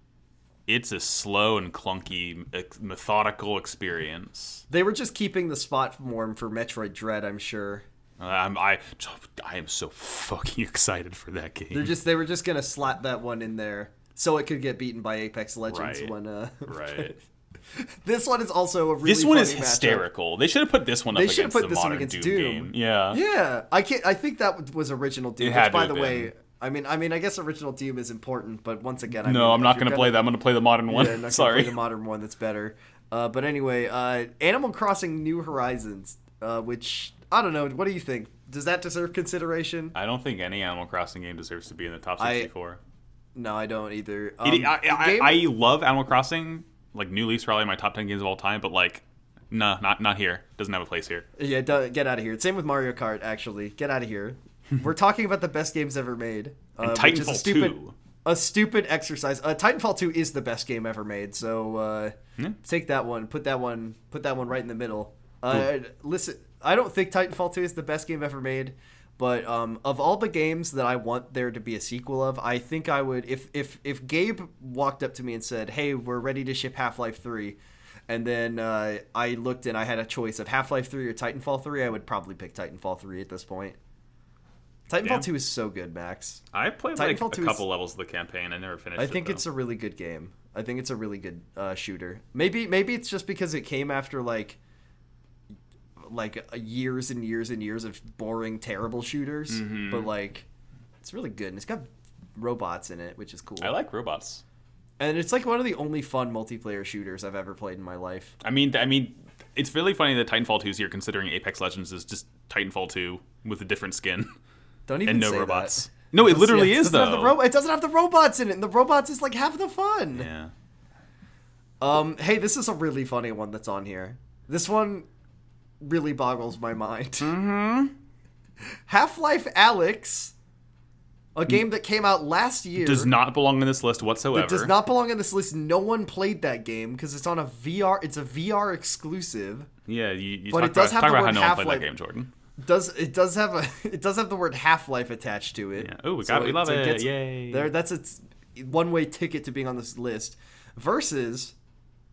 It's a slow and clunky, ex- methodical experience. they were just keeping the spot warm for Metroid Dread, I'm sure. I'm, I I am so fucking excited for that game. They're just they were just gonna slap that one in there so it could get beaten by Apex Legends Right. when uh right. this one is also a really This one is funny matchup. hysterical. They should have put this one up They should against have put the this one modern against Doom, Doom. game. Yeah. Yeah, I can't. I think that was original Doom. It which, had to by have the way, been. I mean, I mean, I guess original Doom is important, but once again, I No, mean, I'm if not you're gonna, play that. I'm gonna play the modern one. Yeah, I'm not gonna Sorry. play the modern one. That's better. Uh, but anyway, uh, Animal Crossing New Horizons, uh, which I don't know. What do you think? Does that deserve consideration? I don't think any Animal Crossing game deserves to be in the top I- 64. No, I don't either. Um, It- I, the I, game- I love Animal Crossing. Like New Leaf's probably my top ten games of all time, but like, nah, not not here. Doesn't have a place here. yeah, duh, get out of here. Same with Mario Kart. Actually, get out of here. We're talking about the best games ever made. Uh, And which is a Titanfall stupid, two. a stupid exercise. Uh, Titanfall Two is the best game ever made, so uh, take that one, put that one, put that one right in the middle. Uh, listen, I don't think Titanfall Two is the best game ever made, but um, of all the games that I want there to be a sequel of, I think I would if if if Gabe walked up to me and said, "Hey, we're ready to ship Half Life 3 and then uh, I looked and I had a choice of Half Life Three or Titanfall Three, I would probably pick Titanfall Three at this point. Titanfall Yeah. Two is so good, Max. I played like Titanfall a 2 is- couple levels of the campaign. I never finished. I it, think though. it's a really good game. I think it's a really good uh, shooter. Maybe maybe it's just because it came after like like uh, years and years and years of boring, terrible shooters. Mm-hmm. But like, it's really good and it's got robots in it, which is cool. I like robots. and it's like one of the only fun multiplayer shooters I've ever played in my life. I mean, I mean, it's really funny that Titanfall 2 is here, considering Apex Legends is just Titanfall 2 with a different skin Don't even and no say robots. That. No, it literally Yeah, it is doesn't though. have the ro- it doesn't have the robots in it. And the robots is like half the fun. yeah. Um, hey, this is a really funny one that's on here. This one really boggles my mind. Mm-hmm. Half Life Alex, a game that came out last year, Does not belong in this list whatsoever. does not belong in this list. No one played that game because it's on a VR. It's a VR exclusive. Yeah, you, you But talk it about, does talk have the about word how no one played that Half-Life. game, Jordan. Does it does have a it does have the word Half Life attached to it? Yeah. Ooh, we got it. We love it. gets- Yay. There, that's its one way ticket to being on this list. Versus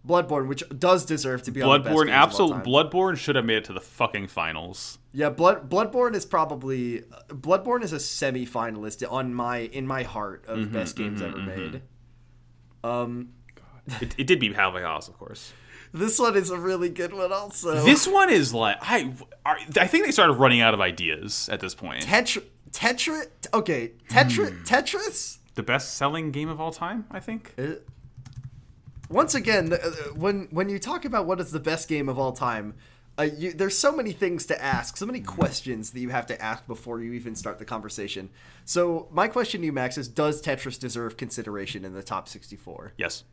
Bloodborne, which does deserve to be on the best Bloodborne, games of all absolute time. Bloodborne should have made it to the fucking finals. Yeah, Blood Bloodborne is probably Bloodborne is a semi-finalist on my in my heart of best games ever made. Um, It, it did beat Half-Life Alex, of course. this one is a really good one also. This one is like I, are- I think they started running out of ideas at this point. Tetra Tetra okay Tetra Tetris. the best-selling game of all time, I think. Uh, Once again, the- uh, when when you talk about what is the best game of all time, uh, you, there's so many things to ask, so many questions that you have to ask before you even start the conversation. So my question to you, Max, is: Does Tetris deserve consideration in the top 64? Yes.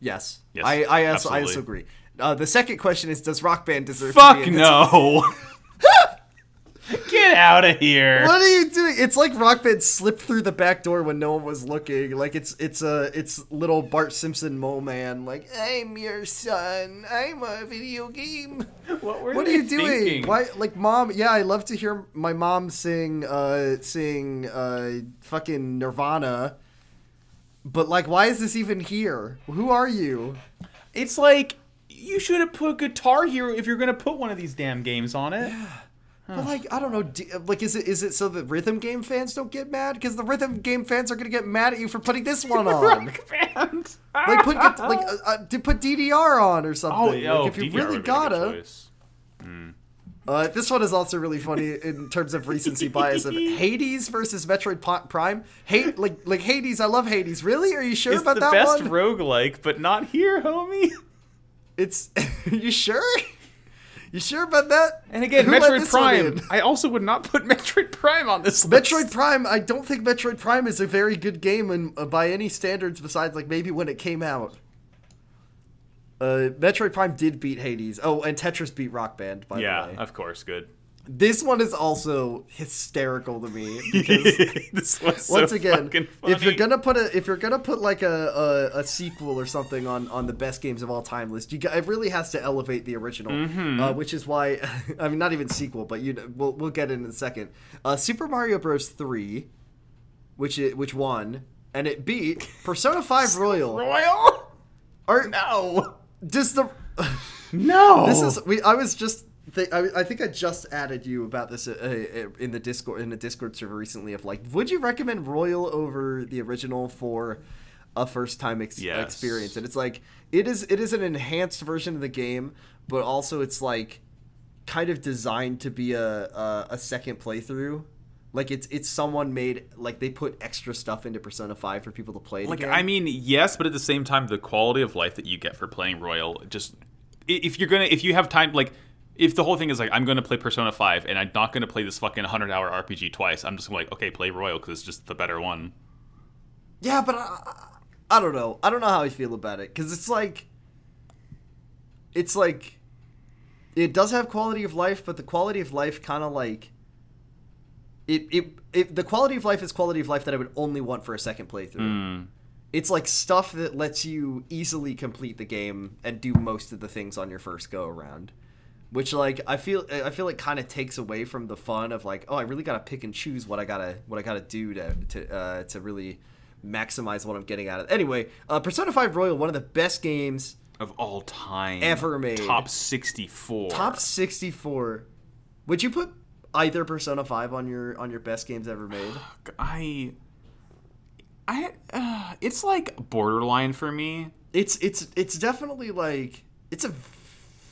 Yes. Yes, I, I, also, I absolutely. also agree. Uh, the second question is Does Rock Band deserve to Fuck be in this- no. Get out of here. What are you doing? It's like Rock Band slipped through the back door when no one was looking. Like it's it's a it's little Bart Simpson mole man. Like I'm your son. I'm a video game. What, were What are they you doing? thinking? Why like mom? Yeah, I love to hear my mom sing uh sing uh fucking Nirvana. But like, why is this even here? Who are you? It's like you should have put Guitar Hero if you're gonna put one of these damn games on it. But like I don't know, d like is it is it so that rhythm game fans don't get mad? Because the rhythm game fans are gonna get mad at you for putting this one on. Rock Band. like put like uh, uh, to put DDR on or something. oh, like, yo, if you DDR really would've been a good gotta. choice. Uh, this one is also really funny in terms of recency bias of Hades versus Metroid Po- Prime. Hate like like Hades. I love Hades. Really? Are you sure It's about the that best one? roguelike, but not here, homie. it's you sure? You sure about that? And again, Who let Metroid this one Prime. in? I also would not put Metroid Prime on this list. Metroid Prime, I don't think Metroid Prime is a very good game in, uh, by any standards besides like maybe when it came out. Uh, Metroid Prime did beat Hades. Oh, and Tetris beat Rock Band, by Yeah, the way. of course, good. This one is also hysterical to me because this was once so again, fucking if you're funny. gonna put a if you're gonna put like a, a, a sequel or something on on the best games of all time list, you got, it really has to elevate the original, Mm-hmm. uh, which is why I mean not even sequel, but you know, we'll we'll get in in a second. Uh, Super Mario Bros. Three, which it, which won and it beat Persona Five Royal. Royal? Or No. does the No. Oh. this is we I was just Th- I, I think I just added you about this uh, uh, in the Discord in the Discord server recently of like, would you recommend Royal over the original for a first time ex- Yes. experience? And it's like it is it is an enhanced version of the game, but also it's like kind of designed to be a a, a second playthrough. Like it's it's someone made like they put extra stuff into Persona Five for people to play. Like again. I mean, yes, but at the same time, the quality of life that you get for playing Royal just i- if you're gonna if you have time like. If the whole thing is like I'm going to play Persona 5 and I'm not going to play this fucking 100-hour RPG twice, I'm just gonna like, okay, play Royal cuz it's just the better one. Yeah, but I, I don't know. I don't know how I feel about it because it's like, it's like, it does have quality of life, but the quality of life kind of like, it, it it the quality of life is quality of life that I would only want for a second playthrough. It's like stuff that lets you easily complete the game and do most of the things on your first go around. Which like I feel I feel like kind of takes away from the fun of like oh I really gotta pick and choose what I gotta what I gotta do to to uh, to really maximize what I'm getting out of it. Anyway, uh, Persona Five Royal, one of the best games Of all time. Ever made. Top 64. top 64 would you put either persona 5 on your on your best games ever made I, I, uh, it's like borderline for me. it's it's it's definitely like it's a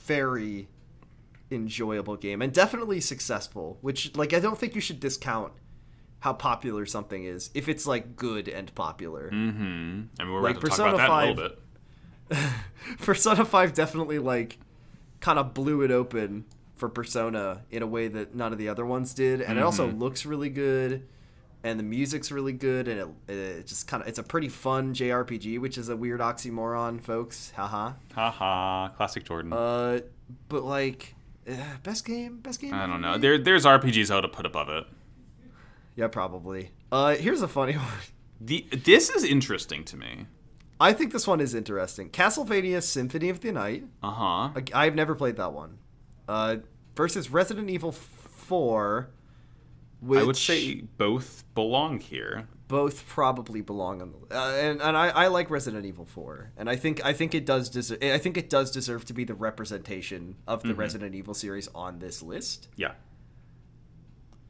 very enjoyable game and definitely successful which like i don't think you should discount how popular something is if it's like good and popular Mm. Mm-hmm. I mean, we're Like about to Persona talk about that in a 5. little bit. persona 5 definitely like kind of blew it open for persona in a way that none of the other ones did and it also looks really good and the music's really good and it, it just kind of it's a pretty fun jrpg which is a weird oxymoron folks haha Haha, classic Jordan. uh but like eh, best game best game I ever don't know. made? There, there's RPGs I would have put above it. yeah probably uh here's a funny one The this is interesting to me. i think this one is interesting castlevania symphony of the night Uh huh. Like, I've never played that one. Uh, versus Resident Evil 4, which I would say both belong here. both probably belong on the uh, and and I, I like Resident Evil 4, and I think I think it does deserve I think it does deserve to be the representation of Mm-hmm. the Resident Evil series on this list. Yeah.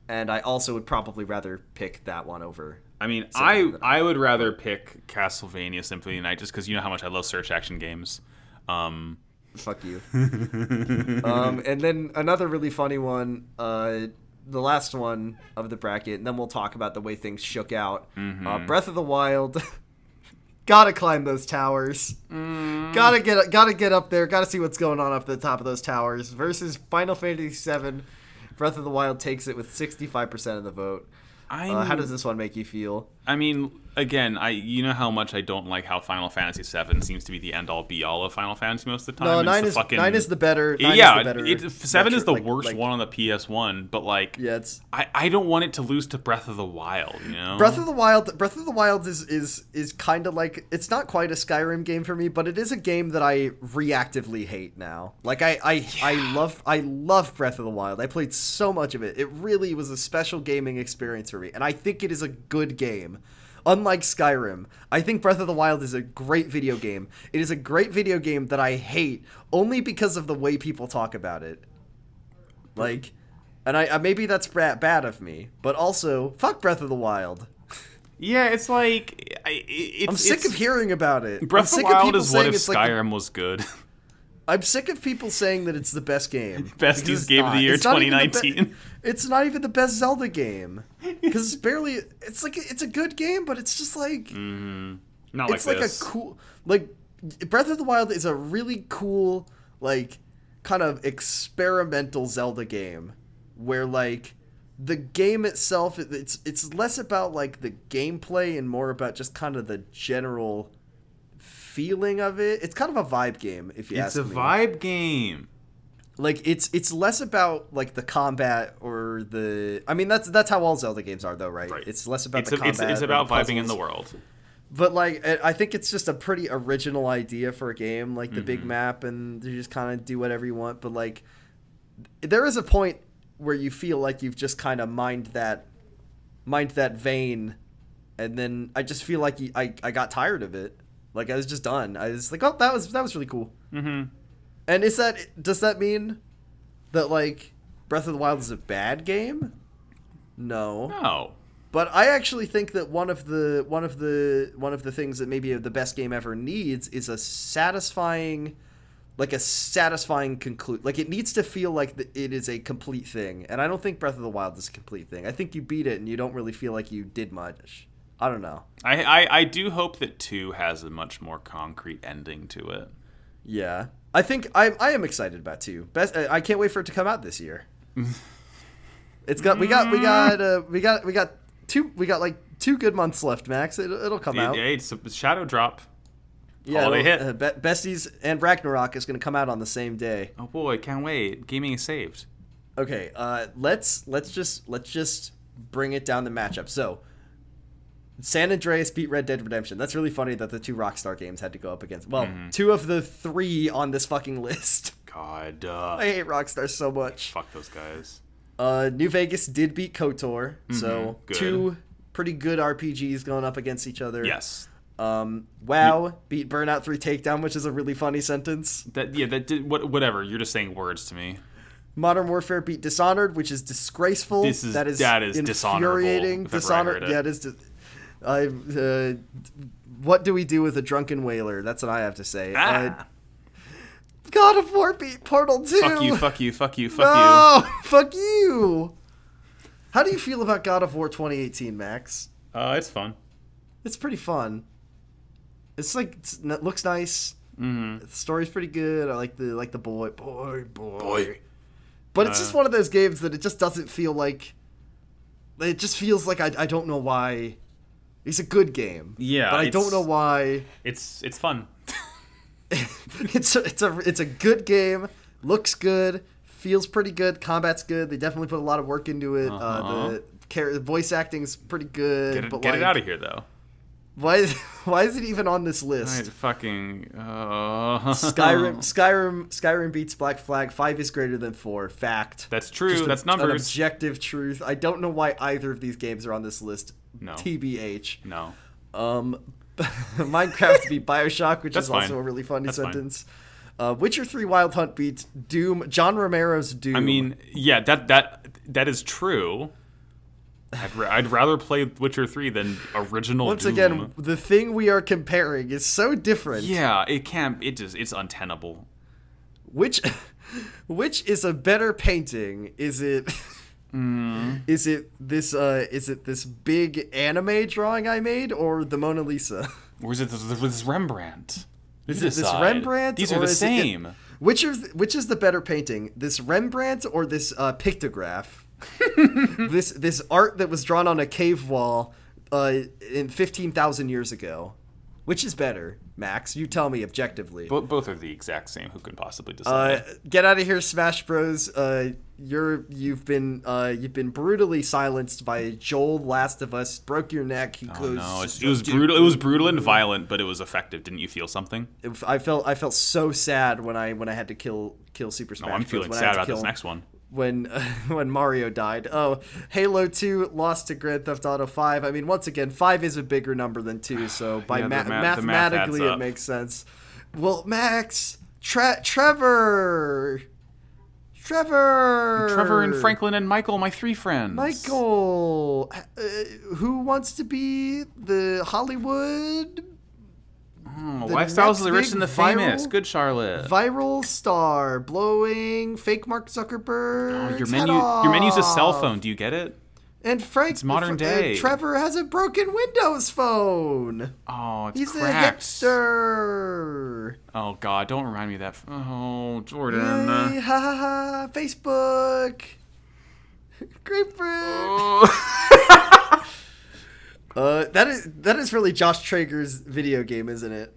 And I also would probably rather pick that one over. I mean, Something I that I would rather pick Castlevania Symphony of the Night just because you know how much I love search action games. Um, Fuck you. um, and then another really funny one, uh, the last one of the bracket, and then we'll talk about the way things shook out. Mm-hmm. Uh, Breath of the Wild. gotta climb those towers. Mm. Gotta get gotta get up there. Gotta see what's going on up the top of those towers. Versus Final Fantasy VII. Breath of the Wild takes it with 65% of the vote. I Uh, how does this one make you feel? I mean, again, I you know how much I don't like how Final Fantasy VII seems to be the end all be all of Final Fantasy most of the time. No, It's nine the is fucking- nine is the better. nine is yeah, the better it- seven is metro- the like- worst like- one on the PS One, but like, Yeah, it's I, I don't want it to lose to Breath of the Wild. You know, Breath of the Wild Breath of the Wild is is is kind of like it's not quite a Skyrim game for me, but it is a game that I reactively hate now. Like I I I love I love Breath of the Wild. I played so much of it. It really was a special gaming experience for me, and I think it is a good game. Unlike Skyrim, I think Breath of the Wild is a great video game. It is a great video game that I hate only because of the way people talk about it. Like and I, I maybe that's bra- bad of me, but also fuck Breath of the Wild. yeah, it's like I, it- it's, I'm sick it's- of hearing about it. Breath I'm of the sick Wild people is what saying if it's like the- Skyrim was good. I'm sick of people saying that it's the best game. Best Because it's game of the not. year It's not even the be- 2019. it's not even the best Zelda game because it's barely. It's like it's a good game, but it's just like Not it's like, this. a cool like Breath of the Wild is a really cool like kind of experimental Zelda game where like the game itself it's it's less about like the gameplay and more about just kind of the general feeling of it. It's kind of a vibe game if you It's ask a me vibe game. like it's it's less about like the combat or the I mean that's that's how all Zelda games are though right, Right. it's less about It's, the a- combat it's, it's or about vibing in puzzles. the world. but like I I think it's just a pretty original idea for a game like the big map and you just kind of do whatever you want but like there is a point where you feel like you've just kind of mined that mined that vein and then I just feel like you- I I got tired of it like I was just done I was like oh that was that was really cool Mm-hmm. and is that does that mean that like Breath of the Wild is a bad game? No. No. But I actually think that one of the one of the one of the things that maybe the best game ever needs is a satisfying like a satisfying conclude like it needs to feel like th- it is a complete thing and i don't think breath of the wild is a complete thing i think you beat it and you don't really feel like you did much i don't know I, I, I do hope that 2 has a much more concrete ending to it. yeah i think i, I am excited about two best I, I can't wait for it to come out this year it's got we got we got uh, we got we got two we got like two good months left max it, it'll come out It- it's a shadow drop. Yeah, Holiday it'll- hit. Uh, Be- Besties and Ragnarok is going to come out on the same day. Oh boy, can't wait. Gaming is saved. Okay, uh, let's let's just let's just bring it down the matchup. So, San Andreas beat Red Dead Redemption. That's really funny that the two Rockstar games had to go up against. Well, Mm-hmm. two of the three on this fucking list. God, uh, I hate Rockstar so much. fuck those guys. Uh, New Vegas did beat Kotor, so Mm-hmm. good. two pretty good RPGs going up against each other. Yes, Um, WoW beat Burnout Three Takedown, which is a really funny sentence. that yeah, that did what, whatever. You're just saying words to me. Modern Warfare beat Dishonored, which is disgraceful. This is- that is that is dishonorable, infuriating. if ever I Dishonored. heard it. Yeah, it is. Di- I, uh, what do we do with a drunken whaler? That's what I have to say. Ah, Uh, God of War beat Portal Two. fuck you, fuck you, fuck you, fuck no, fuck you. How do you feel about God of War 2018, Max? you. Uh, it's fun. It's pretty fun. It's like it's, it looks nice. Mm-hmm. The story's pretty good. I like the like the boy, boy, boy. But Uh, it's just one of those games that it just doesn't feel like. It just feels like I, I don't know why. It's a good game. Yeah, But I it's- don't know why. It's it's fun. it's a, it's a it's a good game. Looks good. Feels pretty good. Combat's good. They definitely put a lot of work into it. uh Uh-huh. the char- the voice acting's pretty good. Get it, but get like, it out of here though. Why is, why is it even on this list? I fucking uh, Skyrim, Skyrim, Skyrim beats Black Flag. Five is greater than four. Fact. That's true. a- That's An numbers. objective truth. I don't know why either of these games are on this list. No. Tbh. no. Um, Minecraft beat Bioshock, which That's is fine. also a really funny That's fine. sentence. Uh, Witcher Three Wild Hunt beats Doom. John Romero's Doom. I mean, yeah, that that that is true. I'd, ra- I'd rather play Witcher Three than original. once Doom. again, the thing we are comparing is so different. yeah, it can't. It just it's untenable. which which is a better painting is it is it this uh is it this big anime drawing i made or the mona lisa Or is it this, this Rembrandt? Is it this Rembrandt, These are or the is it- same. which is which is the better painting this rembrandt or this uh pictograph this this art that was drawn on a cave wall uh in 15000 years ago which is better max you tell me objectively Bo- both are the exact same. Who could possibly decide? Uh, get out of here, Smash Bros. Uh, you're you've been uh, you've been brutally silenced by Joel. Last of Us broke your neck. He goes. Oh, no, it's, it was brutal. It was brutal and violent, but it was effective. Didn't you feel something? Oh, I felt I felt so sad when I when I had to kill kill Super Smash. Oh, I'm Bros. feeling when I had sad to about kill this next one. When when Mario died. Oh, Halo Two lost to Grand Theft Auto Five. I mean, once again, five is a bigger number than two, so by Yeah, the ma- math- the math adds mathematically it up. makes sense. Well, Max, Tre- Trevor. Trevor, Trevor and Franklin and Michael, my three friends. Michael, uh, who wants to be the Hollywood Oh, the lifestyles of the next rich big and the famous. viral- Good Charlotte. viral star blowing fake Mark Zuckerberg? Oh, your menu. Your menu's a cell phone. Do you get it? And Frank, it's modern day. Trevor has a broken Windows phone. Oh, it's He's cracked. a hipster. Oh God, don't remind me of that. Oh, Jordan. Yay, ha ha ha! Facebook. Grapefruit. Oh. Uh, that is that is really Josh Traeger's video game, isn't it?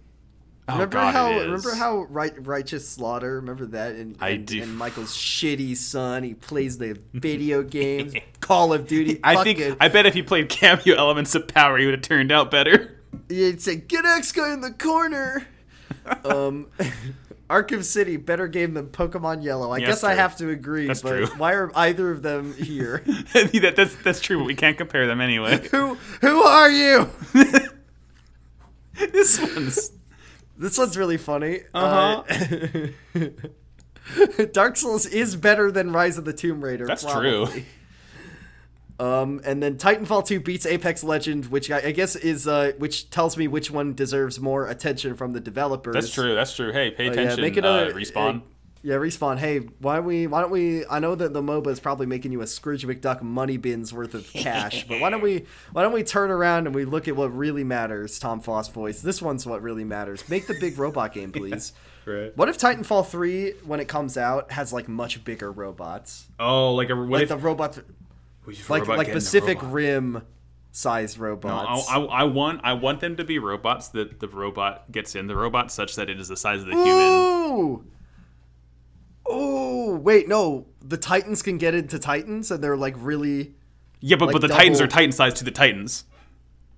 Oh, Remember God, how it is. remember how right, righteous slaughter? Remember that? And, I and, do. And Michael's shitty son. He plays the video games, Call of Duty. I think fucking- I bet if he played cameo elements of power, he would have turned out better. he'd say, "Get X guy in the corner." um, Arkham City better game than Pokemon Yellow. I Yeah, guess that's I true. have to agree. That's but true. why are either of them here? that, that's that's true, but we can't compare them anyway. who who are you? this one's Uh, This one's really funny. Uh-huh. Uh, Dark Souls is better than Rise of the Tomb Raider. That's probably. true. Um, and then Titanfall 2 beats Apex Legend, which I, I guess is uh, which tells me which one deserves more attention from the developers. That's true. That's true. Hey, pay Uh, attention. yeah, make another uh, respawn. uh, yeah, respawn. Hey, why don't we? Why don't we? I know that the MOBA is probably making you a Scrooge McDuck money bins worth of cash, but why don't we? Why don't we turn around and we look at what really matters? Tom Foss voice. This one's what really matters. Make the big robot game, please. right. What if Titanfall three, when it comes out, has like much bigger robots, Oh, like a what like if the robots, we just like robot like getting a Pacific robot. Rim size robots? I, I, I want I want them to be robots that the robot gets in the robot such that it is the size of Mm. the human. Ooh. Oh, wait, no. The Titans can get into Titans and they're like really Yeah, but Like but the Titans are double- Titan sized to the Titans.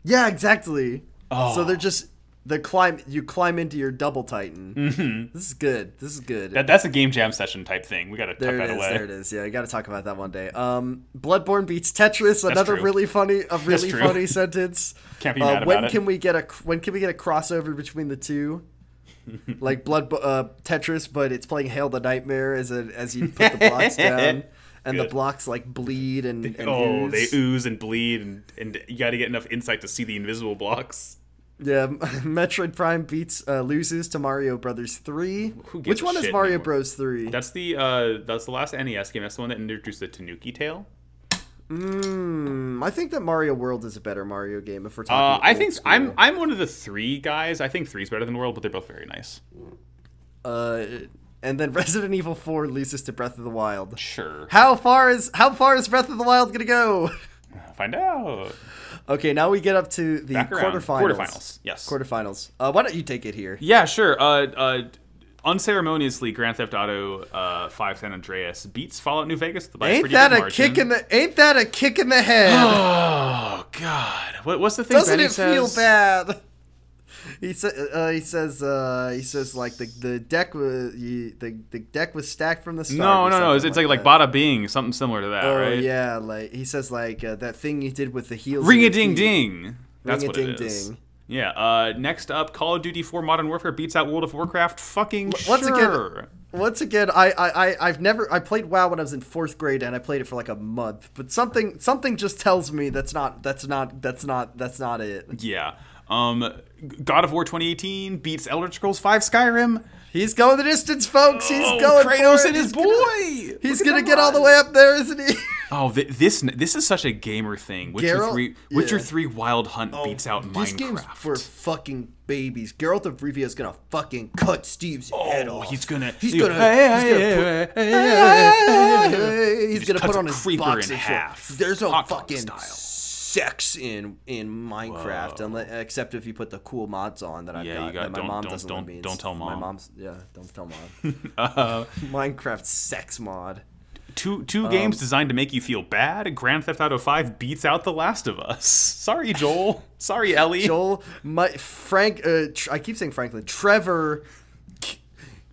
Yeah, exactly. So they're just the climb you climb into your double Titan. Mm-hmm. This is good. This is good. That, that's a game jam session type thing. We gotta tuck there it that is. away. There it is. Yeah, I got to talk about that one day. Um, Bloodborne beats Tetris. Another true. really funny, a really true. funny sentence. Can't be uh, mad about when it. can we get a when can we get a crossover between the two? like Blood uh, Tetris, but it's playing Hail the Nightmare as a, as you put the blocks down, and the Good. blocks like bleed and, and oh, ooze. they ooze and bleed, and, and you gotta get enough insight to see the invisible blocks. Yeah, Metroid Prime beats uh, loses to Mario Brothers three. Who gives Which a one is shit Mario anymore? Bros three? That's the uh, that's the last NES game. That's the one that introduced the Tanuki Tail. Hmm, I think that Mario World is a better Mario game if we're Uh, talking. I old think school. I'm I'm one of the three guys. I think three's better than World, but they're both very nice. Uh, and then Resident Evil 4 loses to Breath of the Wild. Sure, How far is how far is Breath of the Wild gonna go? find out. Okay, now we get up to the Back around. quarterfinals. Quarterfinals, yes. Quarterfinals. Uh, why don't you take it here? Yeah, sure. Uh, uh, unceremoniously, Grand Theft Auto uh, Five San Andreas beats Fallout New Vegas by a Ain't pretty that big a margin. kick in the ain't that a kick in the head? Oh God! What, what's the thing? Doesn't Benny it feel says? bad? He sa- uh, he says uh, he says like the the deck was you, the the deck was stacked from the start. No, or no, no. It's, something it's like like that. Bada Bing, something similar to that, Oh right? yeah, like he says like uh, that thing you did with the heels. of Ring your a ding feet. ding. That's what it Ring-a-ding-ding. is. Yeah. Uh, next up, Call of Duty 4 Modern Warfare beats out World of Warcraft. Fucking once again- sure. Once again, I, I, I I've never I played WoW when I was in fourth grade and I played it for like a month, but something something just tells me that's not that's not that's not that's not it. Yeah. Um, God of War 2018 beats Elder Scrolls 5 Skyrim. He's going the distance, folks. He's oh, going. for Kratos it. and his He's boy. gonna- he's Look at gonna that get all the run. way up there, isn't he? Oh, th- this this is such a gamer thing. Witcher Geralt? three, Witcher Yeah. three Wild Hunt beats out These Minecraft. game's for fucking babies. Geralt of Rivia is gonna fucking cut Steve's head oh, off. he's gonna He's he'll- gonna. he's gonna put- he's gonna cuts put a on his creeper boxer in shorts. half. There's no Hot dog fucking style. sex in in Minecraft, unless, except if you put the cool mods on that I've Yeah, got, you got- that my don't- mom don't- doesn't don't- let me. ins- don't tell My mom. Uh, mom's yeah, don't tell mom. Minecraft sex mod. Two two games designed to make you feel bad. Grand Theft Auto Five beats out The Last of Us. Sorry, Joel. Sorry, Ellie. Joel, my Frank. Uh, tr- I keep saying Franklin. Trevor k-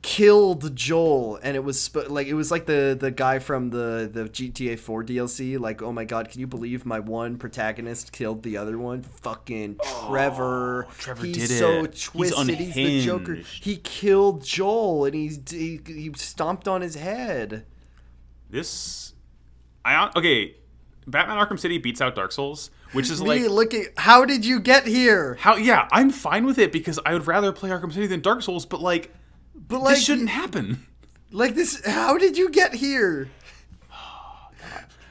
killed Joel, and it was sp- like it was like the the guy from the the GTA 4 DLC. Like, oh my god, can you believe my one protagonist killed the other one? Fucking Trevor. Trevor he's did so it. He's twisted. He's, the Joker. unhinged. He killed Joel, and he's he, he stomped on his head. This, I don't- okay. Batman Arkham City beats out Dark Souls, which is Like, like Me looking, how did you get here? how. Yeah, I'm fine with it because I would rather play Arkham City than Dark Souls. But like, But like, this shouldn't happen. Like this, how did you get here?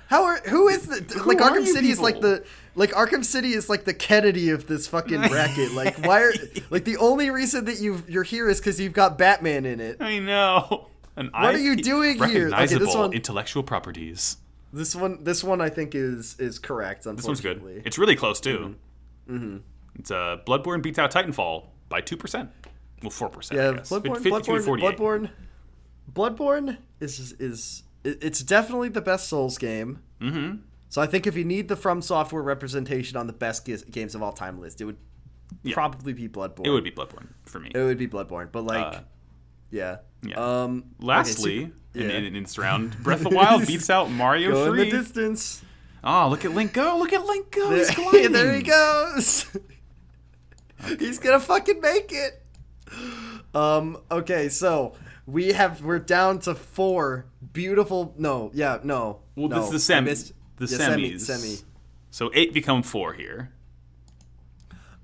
How are who is the like are Arkham you City is like people? the like Arkham City is like the Kennedy of this fucking bracket. Like why are like the only reason that you you're here is because you've got Batman in it. I know. And What are you doing here? Okay, this Recognizable one- intellectual properties. This one this one I think is is correct. This one's Unfortunately, good. It's really close too. Mm-hmm. It's uh, Bloodborne beats out Titanfall by two percent. Well, four percent. yeah. I guess. Fif- Uh, Bloodborne, 52 to Bloodborne, 48. Bloodborne, Bloodborne is is it- it's definitely the best Souls game. Mm-hmm. So I think if you need the From Software representation on the best g- games of all time list, it would Yeah. probably be Bloodborne. It would be Bloodborne for me. It would be Bloodborne, but like, yeah. yeah. Um. Lastly, okay, super- yeah. in, in, in this round, Breath of the Wild beats out Mario go in the 3. distance. Oh, look at Link go. Look at Link go. Oh, He's There, gliding. there he goes. He's gonna fucking make it. Um. Okay, so We have we're down to four beautiful. No, yeah, no. Well, no, this is the I semi. missed- The yeah, semis. Semi. So eight become four here.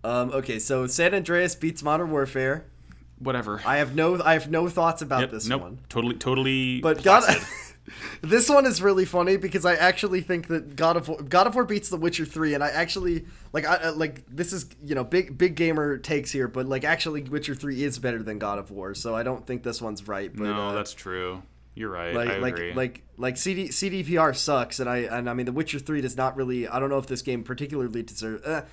Um, okay, so San Andreas beats Modern Warfare. Whatever. I have no I have no thoughts about Yep, this nope. one. Totally. Totally. But God, placid. this one is really funny because I actually think that God of War, God of War beats The Witcher Three, and I actually like I I- like this is you know big big gamer takes here, but like actually Witcher Three is better than God of War, so I don't think this one's right. But, no, uh, that's true. You're right. I like agree. like like like CD, CDPR sucks, and I and I mean The Witcher Three does not really. I don't know if this game particularly deserves. Uh,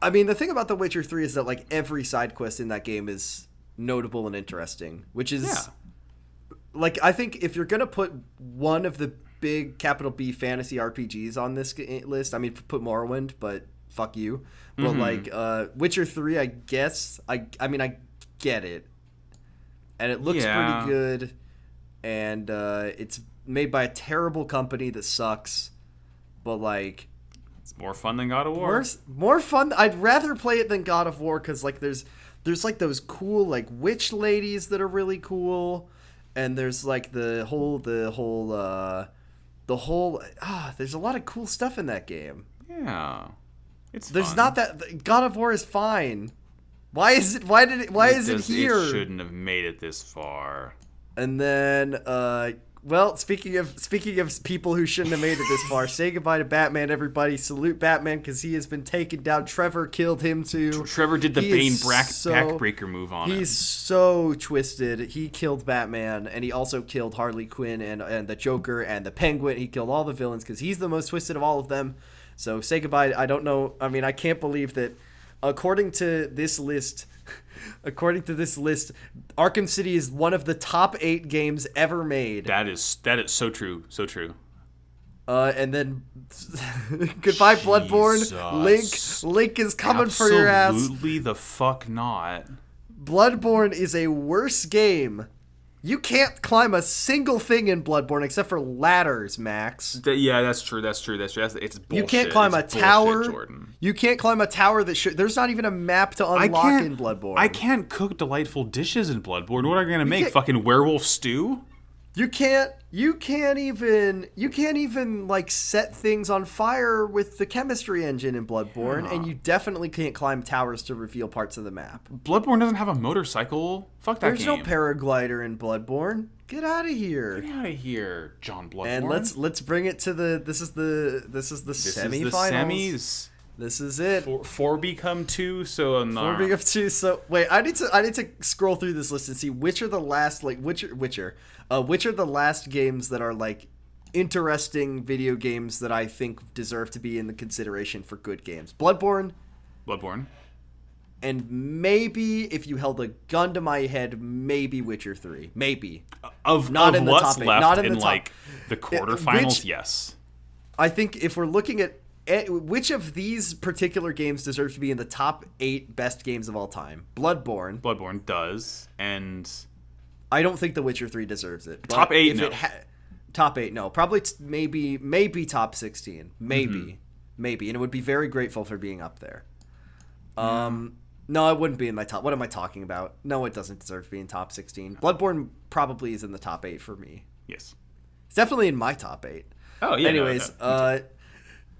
I mean the thing about The Witcher Three is that like every side quest in that game is notable and interesting, which is Yeah. like I think if you're gonna put one of the big capital B fantasy RPGs on this g- eh, list, I mean put Morrowind, but fuck you. But like uh, Witcher Three, I guess I I mean I get it, and it looks Yeah. pretty good, and uh, it's made by a terrible company that sucks, but like it's more fun than God of War. more, more fun. I'd rather play it than God of War because like there's there's like those cool like witch ladies that are really cool, and there's like the whole the whole uh the whole ah there's a lot of cool stuff in that game. Yeah. It's There's fun. not that God of War is fine. Why is it? Why did it? Why is does- it here? shouldn't have made it this far. And then, uh, well, speaking of speaking of people who shouldn't have made it this far, say goodbye to Batman, everybody. Salute Batman because he has been taken down. Trevor killed him too. Trevor did the He Bane is brack, so- backbreaker move on He's it. so twisted. He killed Batman, and he also killed Harley Quinn and and the Joker and the Penguin. He killed all the villains because he's the most twisted of all of them. So say goodbye. I don't know. I mean, I can't believe that, according to this list, according to this list, Arkham City is one of the top eight games ever made. That is that is so true, so true. Uh, and then goodbye, Bloodborne. Jesus. Link, Link is coming for your ass. Absolutely the fuck not. Bloodborne is a worse game. You can't climb a single thing in Bloodborne except for ladders, Max. Th- yeah, that's true. That's true. That's true. That's, it's bullshit. You can't climb it's a bullshit, tower. Jordan. You can't climb a tower that should. There's not even a map to I unlock can't. in Bloodborne. I can't cook delightful dishes in Bloodborne. What are you gonna make? can't- Fucking werewolf stew? You can't. You can't even. You can't even like set things on fire with the chemistry engine in Bloodborne, and you definitely can't climb towers to reveal parts of the map. Bloodborne doesn't have a motorcycle. Fuck that There's game. no paraglider in Bloodborne. Get out of here. Get out of here, John Bloodborne. And let's let's bring it to the this is the this is the this semifinals. is the semis. This is it. Four, four become two, so I'm We're not. being up to so wait, I need to I need to scroll through this list and see which are the last like which are- which are uh which are the last games that are like interesting video games that I think deserve to be in the consideration for good games. Bloodborne Bloodborne. and maybe if you held a gun to my head, maybe Witcher 3. Maybe. Of, Not of in the what's top eight. left Not in in, the top- like the quarterfinals, which- yes. I think if we're looking at at- which of these particular games deserves to be in the top 8 best games of all time. Bloodborne Bloodborne does, and I don't think The Witcher Three deserves it. But Top eight, If no. it ha- top eight, no. Probably t- maybe maybe top sixteen, Mm-hmm. maybe maybe, and it would be very grateful for being up there. Mm. Um, no, it wouldn't be in my top. What am I talking about? No, it doesn't deserve to be in top sixteen. Bloodborne probably is in the top eight for me. yes. It's definitely in my top eight. Oh yeah. no, Anyways, that- uh.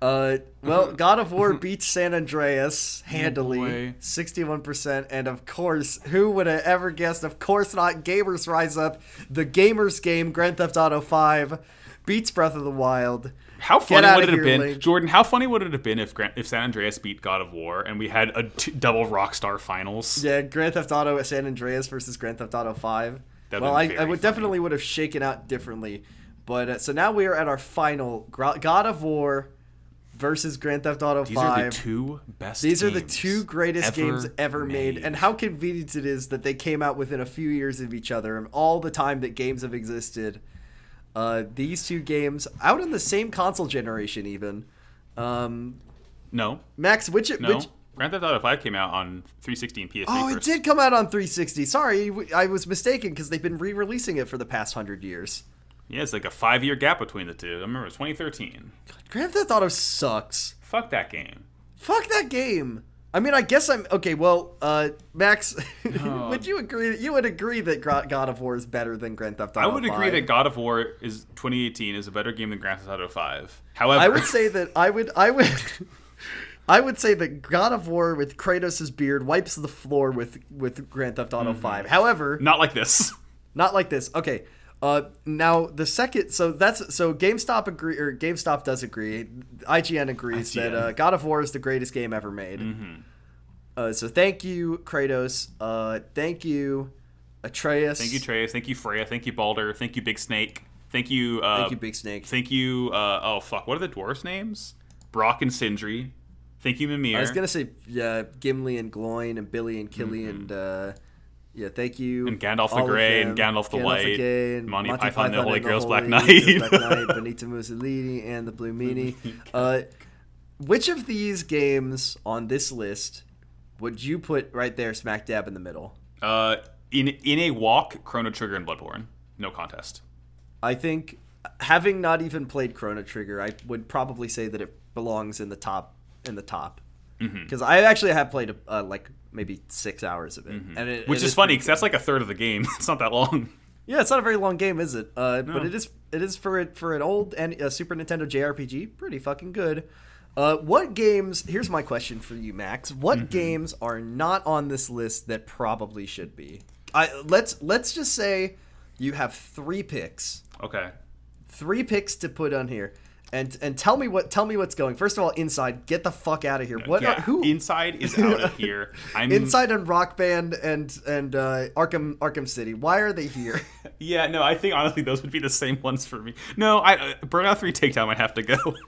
Uh, well, God of War beats San Andreas handily, boy. sixty-one percent, and of course, who would have ever guessed? Of course not. Gamers rise up. The gamers game, Grand Theft Auto Five, beats Breath of the Wild. how Get funny outta would it have here, been, Link. Jordan? How funny would it have been if Gran- if San Andreas beat God of War and we had a t- double Rockstar finals? Yeah, Grand Theft Auto San Andreas versus Grand Theft Auto Five. That'd well, been I, I very funny. would definitely would have shaken out differently, but uh, so now we are at our final Gro- God of War versus Grand Theft Auto These Five. are the two best. These are the games two greatest games ever made. made. and how convenient it is that they came out within a few years of each other, and all the time that games have existed. Uh, these two games out in the same console generation, even. Um, No, Max, which it no. which Grand Theft Auto 5 came out on 360 and PS3. oh, it first. did come out on 360. Sorry, w- I was mistaken because they've been re-releasing it for the past hundred years. Yeah, it's like a five year gap between the two. I remember it was 2013. Grand Theft Auto sucks. Fuck that game. Fuck that game. I mean, I guess I'm okay. Well, uh, Max, would you agree? That, you would agree that Gra- God of War is better than Grand Theft I Auto. would agree 5. that God of War is 2018 is a better game than Grand Theft Auto 5. However, I would say that I would I would I would say that God of War with Kratos' beard wipes the floor with with Grand Theft Mm-hmm. Auto 5. However, not like this. not like this. Okay. Uh, now the second, so that's so GameStop agree or GameStop does agree. IGN agrees that IGN. Mm-hmm. uh, God of War is the greatest game ever made. Uh, so thank you, Kratos. Uh, thank you, Atreus. Thank you, Treyas. Thank you, Freya. Thank you, Balder. Thank you, Big Snake. Thank you. Uh, Thank you, Big Snake. Thank you. Uh, oh fuck, what are the dwarves' names? Brock and Sindri. Thank you, Mimir. I was gonna say yeah, Gimli and Gloin and Billy and Killy and uh, yeah, thank you. Mm-hmm. And Gandalf the all of Grey and them. Gandalf the White, Gay and Monty Python and the Holy and Grail's Black Grail's Knight. Black Knight, Benito Mussolini and the Blue Meanie. Uh, which of these games on this list would you put right there, smack dab in the middle? Uh, in in a walk, Chrono Trigger and Bloodborne. No contest. I think having not even played Chrono Trigger, I would probably say that it belongs in the top in the top Mm-hmm. because I actually have played uh, like maybe six hours of it, and it, Mm-hmm. Which it is funny because that's like a third of the game. it's not that long. Yeah, it's not a very long game, is it? Uh, But it is it is for it for an old and uh, Super Nintendo JRPG, pretty fucking good. Uh, what games? Here's my question for you, Max. What Mm-hmm. games are not on this list that probably should be? I let's let's just say you have three picks, Okay. three picks to put on here, and and tell me what tell me what's going. First of all, inside, get the fuck out of here. What? yeah. uh, who? Inside is out of here. I'm Inside and Rock Band and and uh, Arkham Arkham City. Why are they here? Yeah, no, I think honestly those would be the same ones for me. No, I uh, Burnout Three Takedown might have to go.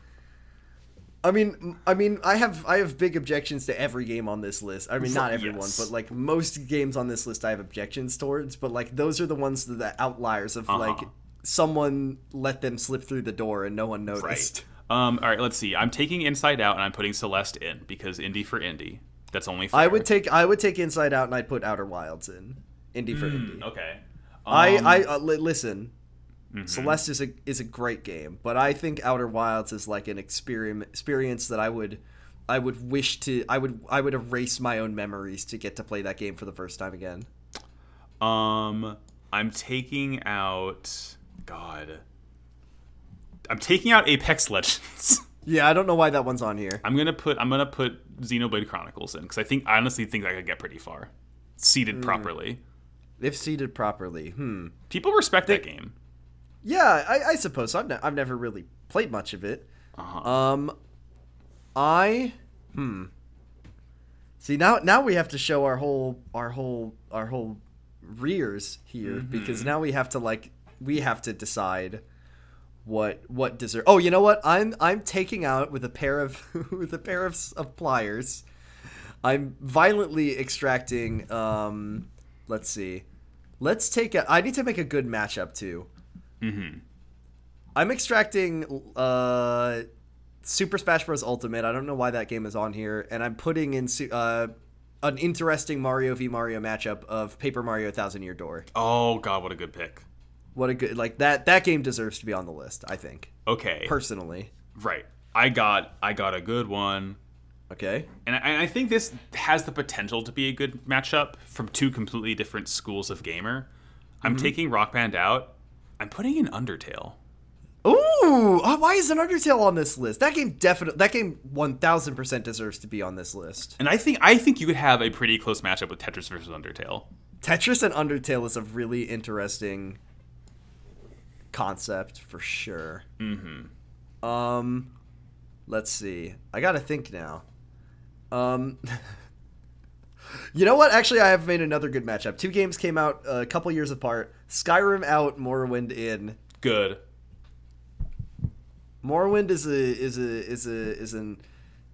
I mean, I mean, I have I have big objections to every game on this list. I mean, not everyone, Yes. but like most games on this list, I have objections towards. But like those are the ones that are the outliers of Uh-huh. like someone let them slip through the door and no one noticed. Um. All right. Let's see. I'm taking Inside Out and I'm putting Celeste in because indie for indie. That's only. Fair. I would take I would take Inside Out and I'd put Outer Wilds in indie Hmm. for indie. Okay. I Um, I uh, li- listen. Celeste is a is a great game, but I think Outer Wilds is like an experiment experience that I would I would wish to I would I would erase my own memories to get to play that game for the first time again. Um, I'm taking out. God. I'm taking out Apex Legends. Yeah, I don't know why that one's on here. I'm gonna put. I'm gonna put Xenoblade Chronicles in because I think I honestly think I could get pretty far, seated Hmm. properly. If seated properly, hmm. People respect that game. Yeah, I, I suppose so. I've, ne- I've never really played much of it. Uh-huh. Um, I hmm. See now now we have to show our whole our whole our whole rears here because now we have to like we have to decide what what deserve. Oh, you know what? I'm I'm taking out with a pair of with a pair of, s- of pliers. I'm violently extracting. Um, let's see. Let's take a. I need to make a good matchup too. I'm extracting uh, Super Smash Bros. Ultimate. I don't know why that game is on here, and I'm putting in su- uh, an interesting Mario v Mario matchup of Paper Mario Thousand Year Door. Oh God, what a good pick. What a good like that. That game deserves to be on the list. I think Okay. personally. Right. I got I got a good one. Okay. And I, and I think this has the potential to be a good matchup from two completely different schools of gamer. I'm Mm-hmm. taking Rock Band out. I'm putting in Undertale. Ooh, oh, why is an Undertale on this list? That game definitely. That game one thousand percent deserves to be on this list. And I think I think you could have a pretty close matchup with Tetris versus Undertale. Tetris and Undertale is a really interesting concept for sure. Mm-hmm. Um, let's see. I gotta think now. Um, you know what? Actually, I have made another good matchup. Two games came out uh, a couple years apart. Skyrim out, Morrowind in. Good. Morrowind is a is a is a is an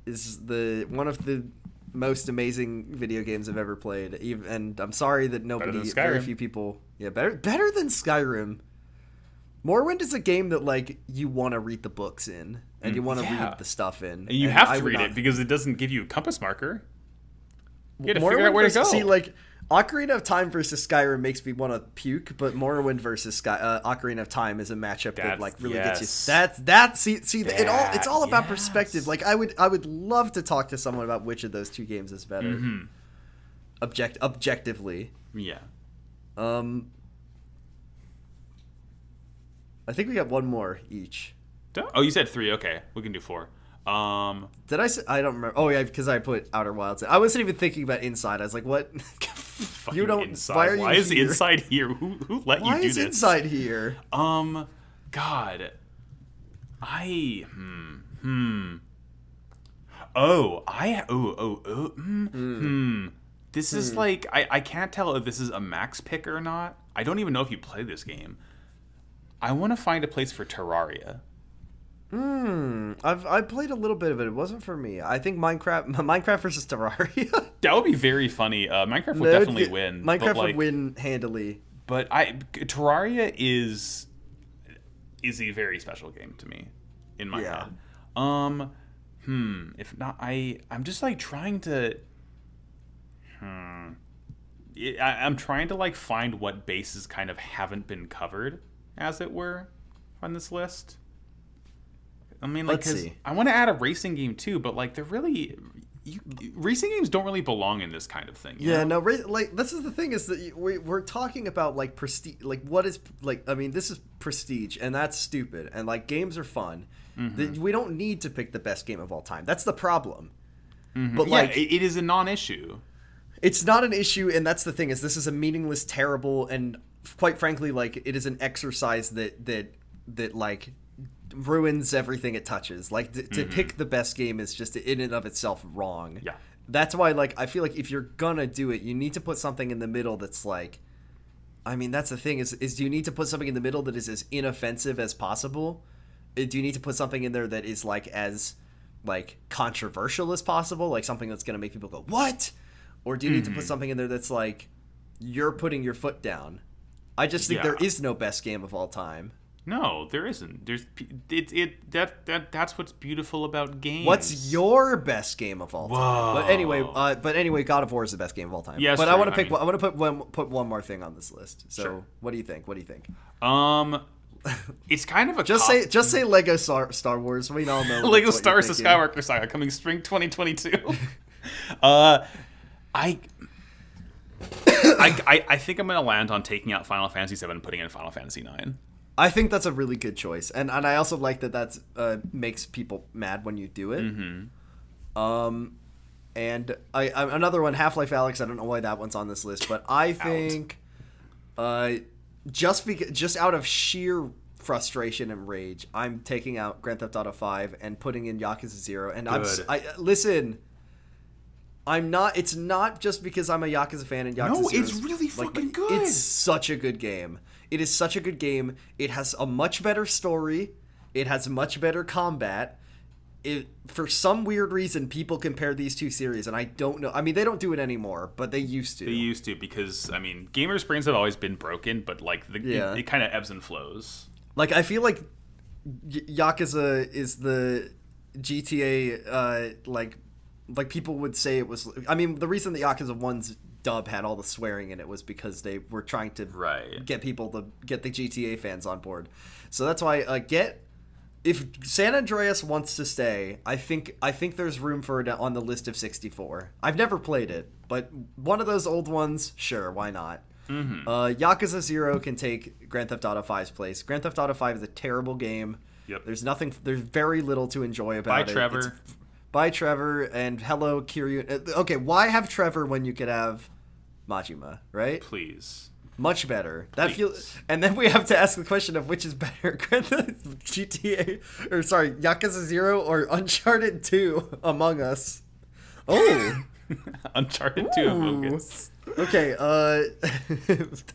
is the one of the most amazing video games I've ever played. Even and I'm sorry that nobody, than very Skyrim. few people, yeah, better better than Skyrim. Morrowind is a game that like you want to read the books in and you want to yeah. read the stuff in, And you have I to would read not- it because it doesn't give you a compass marker. You had to Morrowind figure out where to was- go. See, like Ocarina of Time versus Skyrim makes me want to puke, but Morrowind versus Sky uh, Ocarina of Time is a matchup that That's- like really yes. gets you. That's that. See, see, it all. It's all about That- perspective. yes. Like I would, I would love to talk to someone about which of those two games is better. Mm-hmm. Object objectively, Yeah. um, I think we got one more each. Don't- Oh, you said three. Okay, we can do four. Um, Did I? Say, I don't remember. Oh yeah, because I put Outer Wilds. in. I wasn't even thinking about Inside. I was like, what? fucking don't- Inside. why are you is here? inside here? Who who let Why you do is this? Inside here? Um, God, I hmm hmm. Oh, I oh oh oh mm, hmm. This is like I I can't tell if this is a max pick or not. I don't even know if you play this game. I want to find a place for Terraria. Hmm, I've I played a little bit of it. It wasn't for me. I think Minecraft Minecraft versus Terraria. That would be very funny. Uh, Minecraft would That would definitely get- win. but, Minecraft would like- win handily. but I Terraria is is a very special game to me in my Yeah. head. Um hmm, if not I I'm just like trying to hmm It- I, I'm trying to like find what bases kind of haven't been covered as it were on this list. I mean like Let's 'cause see. I want to add a racing game too, but like they're really you, racing games don't really belong in this kind of thing. you Yeah, know? no, ra- like this is the thing is that you- we we're talking about like prestige, like what is like I mean this is prestige and that's stupid and like games are fun. Mm-hmm. Th- We don't need to pick the best game of all time. That's the problem. But Mm-hmm. yeah, like it- it is a non-issue. it's not an issue and that's the thing is this is a meaningless terrible and quite frankly like it is an exercise that that that like ruins everything it touches like th- to pick the best game is just in and of itself wrong Yeah. that's why like i feel like if you're gonna do it you need to put something in the middle that's like i mean that's the thing is is do you need to put something in the middle that is as inoffensive as possible Uh, do you need to put something in there that is like as like controversial as possible like something that's gonna make people go what or do you need to put something in there that's like you're putting your foot down i just think there Yeah. is no best game of all time No, there isn't. There's p- it it that that that's what's beautiful about games. What's your best game of all time? Whoa. But anyway, uh, but anyway, God of War is the best game of all time. Yes, but I true. want I to pick. mean- one- I, want to put one put one more thing on this list. So Sure. what do you think? What do you think? um? It's kind of a Just cop- say just say Lego Star, Star Wars. We all know. Lego that's Star what you're Wars: The thinking. Skywalker Saga coming spring 2022. uh, I. I, I, I think I'm gonna land on taking out Final Fantasy VII and putting in Final Fantasy IX. I think that's a really good choice, and and I also like that that uh, makes people mad when you do it. Um, and I, I another one, Half Life Alex. I don't know why that one's on this list, but I think, uh, just because just out of sheer frustration and rage, I'm taking out Grand Theft Auto Five and putting in Yakuza Zero. And I'm s- Good. I listen. I'm not. It's not just because I'm a Yakuza fan and Yakuza. No, Zero it's is, really fucking good. It's such a good game. It is such a good game. It has a much better story. It has much better combat. It for some weird reason people compare these two series, and I don't know. I mean, they don't do it anymore, but they used to. They used to because I mean, gamers' brains have always been broken, but like the, Yeah. it, kind of ebbs and flows. like I feel like Y- Yakuza is the GTA uh, like like people would say it was. I mean, the reason that Yakuza One's dub had all the swearing in it was because they were trying to Right. get people to get the GTA fans on board. So that's why uh, get if San Andreas wants to stay, I think I think there's room for it on the list of 64. I've never played it, but one of those old ones, sure, why not? Mm-hmm. Uh, Yakuza Zero can take Grand Theft Auto 5's place. Grand Theft Auto 5 is a terrible game. Yep. There's nothing. There's very little to enjoy about Bye, it. Trevor. It's- bye, Trevor, and hello, Kiryu. Uh, Okay, why have Trevor when you could have Majima, right? Please. Much better. That feels. Please. And then we have to ask the question of which is better, Grand Theft- GTA or sorry, Yakuza Zero or Uncharted Two Among Us. Oh, Uncharted 2 Among Us. okay. Uh,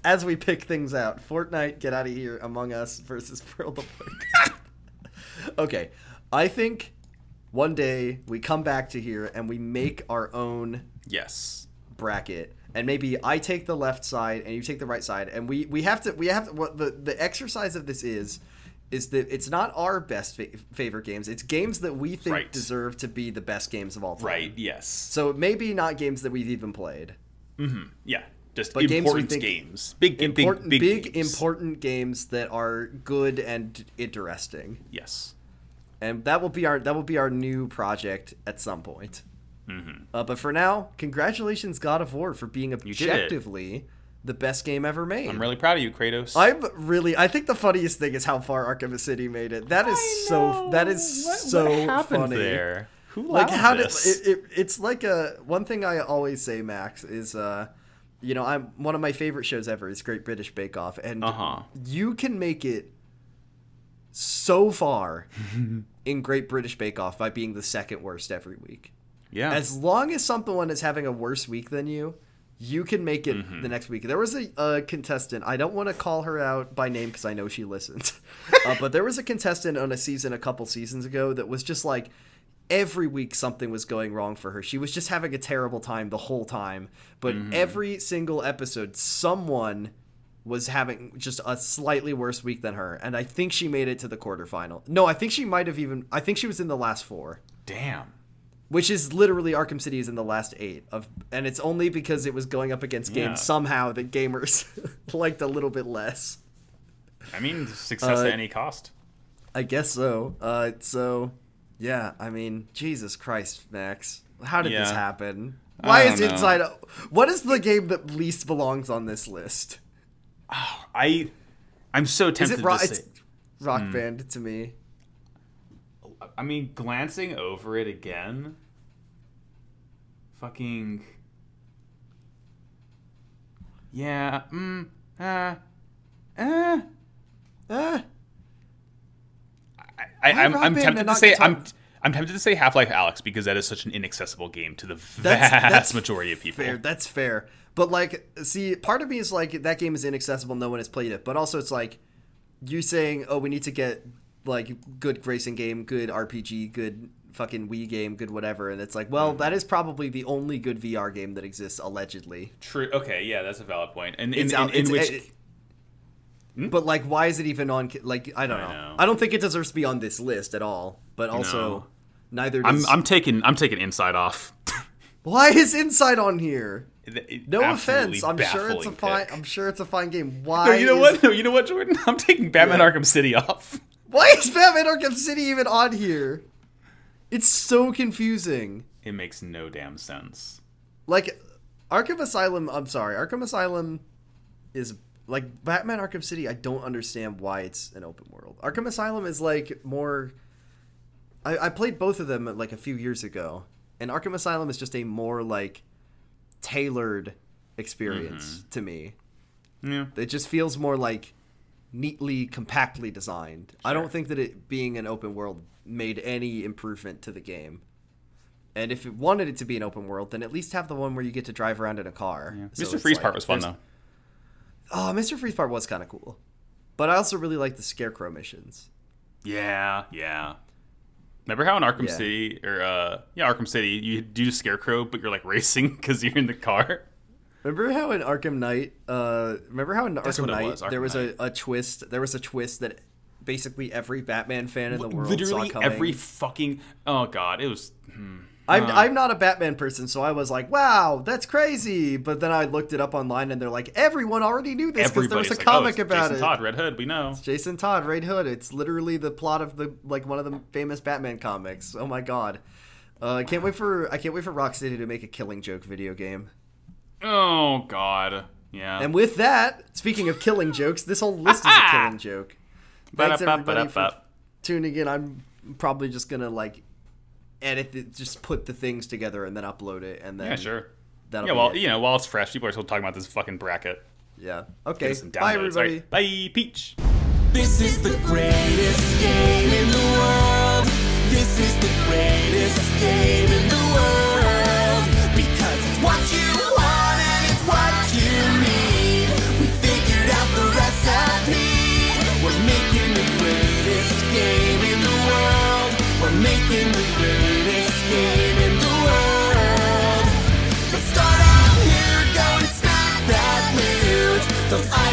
as we pick things out, Fortnite, get out of here. Among Us versus Pearl the Plague. okay, I think one day we come back to here and we make our own Yes. bracket and maybe I take the left side and you take the right side and we we have to we have to, what the the exercise of this is is that it's not our best fa- favorite games it's games that we think Right. deserve to be the best games of all time Right. Yes. so it may be not games that we've even played Yeah. Just But games we important games, think- big, important, big, big, games. important games that are good and interesting, Yes, and that will be our that will be our new project at some point. Uh, but for now, congratulations, God of War, for being Mm-hmm. did it. objectively the best game ever made. I'm really proud of you, Kratos. I'm really. I think the funniest thing is how far Arkham City made it. That is so. That is What- so what happened funny. there? Who Like how did this? it, it? It's like a one thing I always say, Max, is uh, you know, I'm one of my favorite shows ever is Great British Bake Off, and Uh-huh. you can make it so far in Great British Bake Off by being the second worst every week. yeah. As long as someone is having a worse week than you, you can make it the next week. There was a, a contestant. I don't want to call her out by name because I know she listens. uh, but there was a contestant on a season a couple seasons ago that was just like every week something was going wrong for her. She was just having a terrible time the whole time. But every single episode, someone was having just a slightly worse week than her and i think she made it to the quarterfinal no i think she might have even i think she was in the last four Damn. which is literally Arkham City is in the last eight of, and it's only because it was going up against games Yeah. somehow that gamers liked a little bit less. I mean, success Uh, at any cost. I guess so. Uh, so, yeah, I mean, Jesus Christ, Max, how did this Yeah. happen? I Why don't is know. Inside? Out- What is the game that least belongs on this list? I, I'm so Is tempted it ro- to it's say. Hmm. Rock Band to me? I mean, glancing over it again. Fucking. Yeah. Mm. Uh. Uh. Ah, I, I'm, Rock I'm Band tempted and to not say Guitar- I'm. I'm tempted to say Half-Life Alex because that is such an inaccessible game to the vast That's- that's majority of people. fair. That's fair. But like, see, part of me is like that game is inaccessible. No one has played it. But also, it's like you saying, "Oh, we need to get like good racing game, good RPG, good fucking Wii game, good whatever." And it's like, well, Mm-hmm. that is probably the only good VR game that exists allegedly. True. Okay. Yeah, that's a valid point. And in, It's in, out- in it's- which Hmm? it- But like, why is it even on? ca- Like, I don't I know. I, know. don't think it deserves to be on this list at all. But also, No. neither I'm, does. I'm taking I'm taking Inside off. Why is Inside on here? No Absolutely offense. I'm sure it's a baffling fine. pick. I'm sure it's a fine game. Why? No, you know is- what? No, you know what, Jordan? I'm taking Batman Yeah. Arkham City off. Why is Batman Arkham City even on here? It's so confusing. It makes no damn sense. Like, Arkham Asylum. I'm sorry, Arkham Asylum is like Batman Arkham City. I don't understand why it's an open world. Arkham Asylum is like more. I, I played both of them like a few years ago, and Arkham Asylum is just a more like tailored experience Mm-hmm. to me. Yeah. It just feels more like neatly, compactly designed. I don't think that it being an open world made any improvement to the game. And if it wanted it to be an open world, then at least have the one where you get to drive around in a car. So Mr. it's Freeze like- part was fun there's- though. Oh, Mr. Freeze part was kind of cool. But I also really like the Scarecrow missions. Yeah, yeah. Remember how in Arkham Yeah. City or uh yeah, Arkham City, you do Scarecrow, but you're like racing because you're in the car. Remember how in Arkham Knight, uh, remember how in Arkham what it Knight was, Arkham there was Knight. a, a twist. There was a twist that basically every Batman fan in the world Literally saw coming. every fucking oh god, it was I'm, Uh, I'm not a Batman person, so I was like, wow, that's crazy. But then I looked it up online, and they're like, everyone already knew this because there everybody was a like, oh, comic it's about Jason it. Todd, Red Hood, we know. Jason Todd, Red Hood. It's literally the plot of the like one of the famous Batman comics. Oh my god, uh, I can't wait for I can't wait for Rocksteady to make a Killing Joke video game. Oh god. Yeah. And with that, speaking of killing jokes, this whole list is a killing joke. Thanks everybody for Ba-da-ba-ba-da-ba. tuning in. I'm probably just gonna like edit, it, just put the things together, and then upload it, and then Yeah, sure. That'll yeah, be well, it. you know, while it's fresh, people are still talking about this fucking bracket. Yeah. Okay. Some Bye, downloads. All everybody. right, Bye, Peach. This is the greatest game in the world. This is the greatest game in the world. Because it's what you want and it's what you need. We figured out the recipe. We're making the greatest game in the world. We're making the greatest game in the world. Let's start out here, go and smack that loot. Those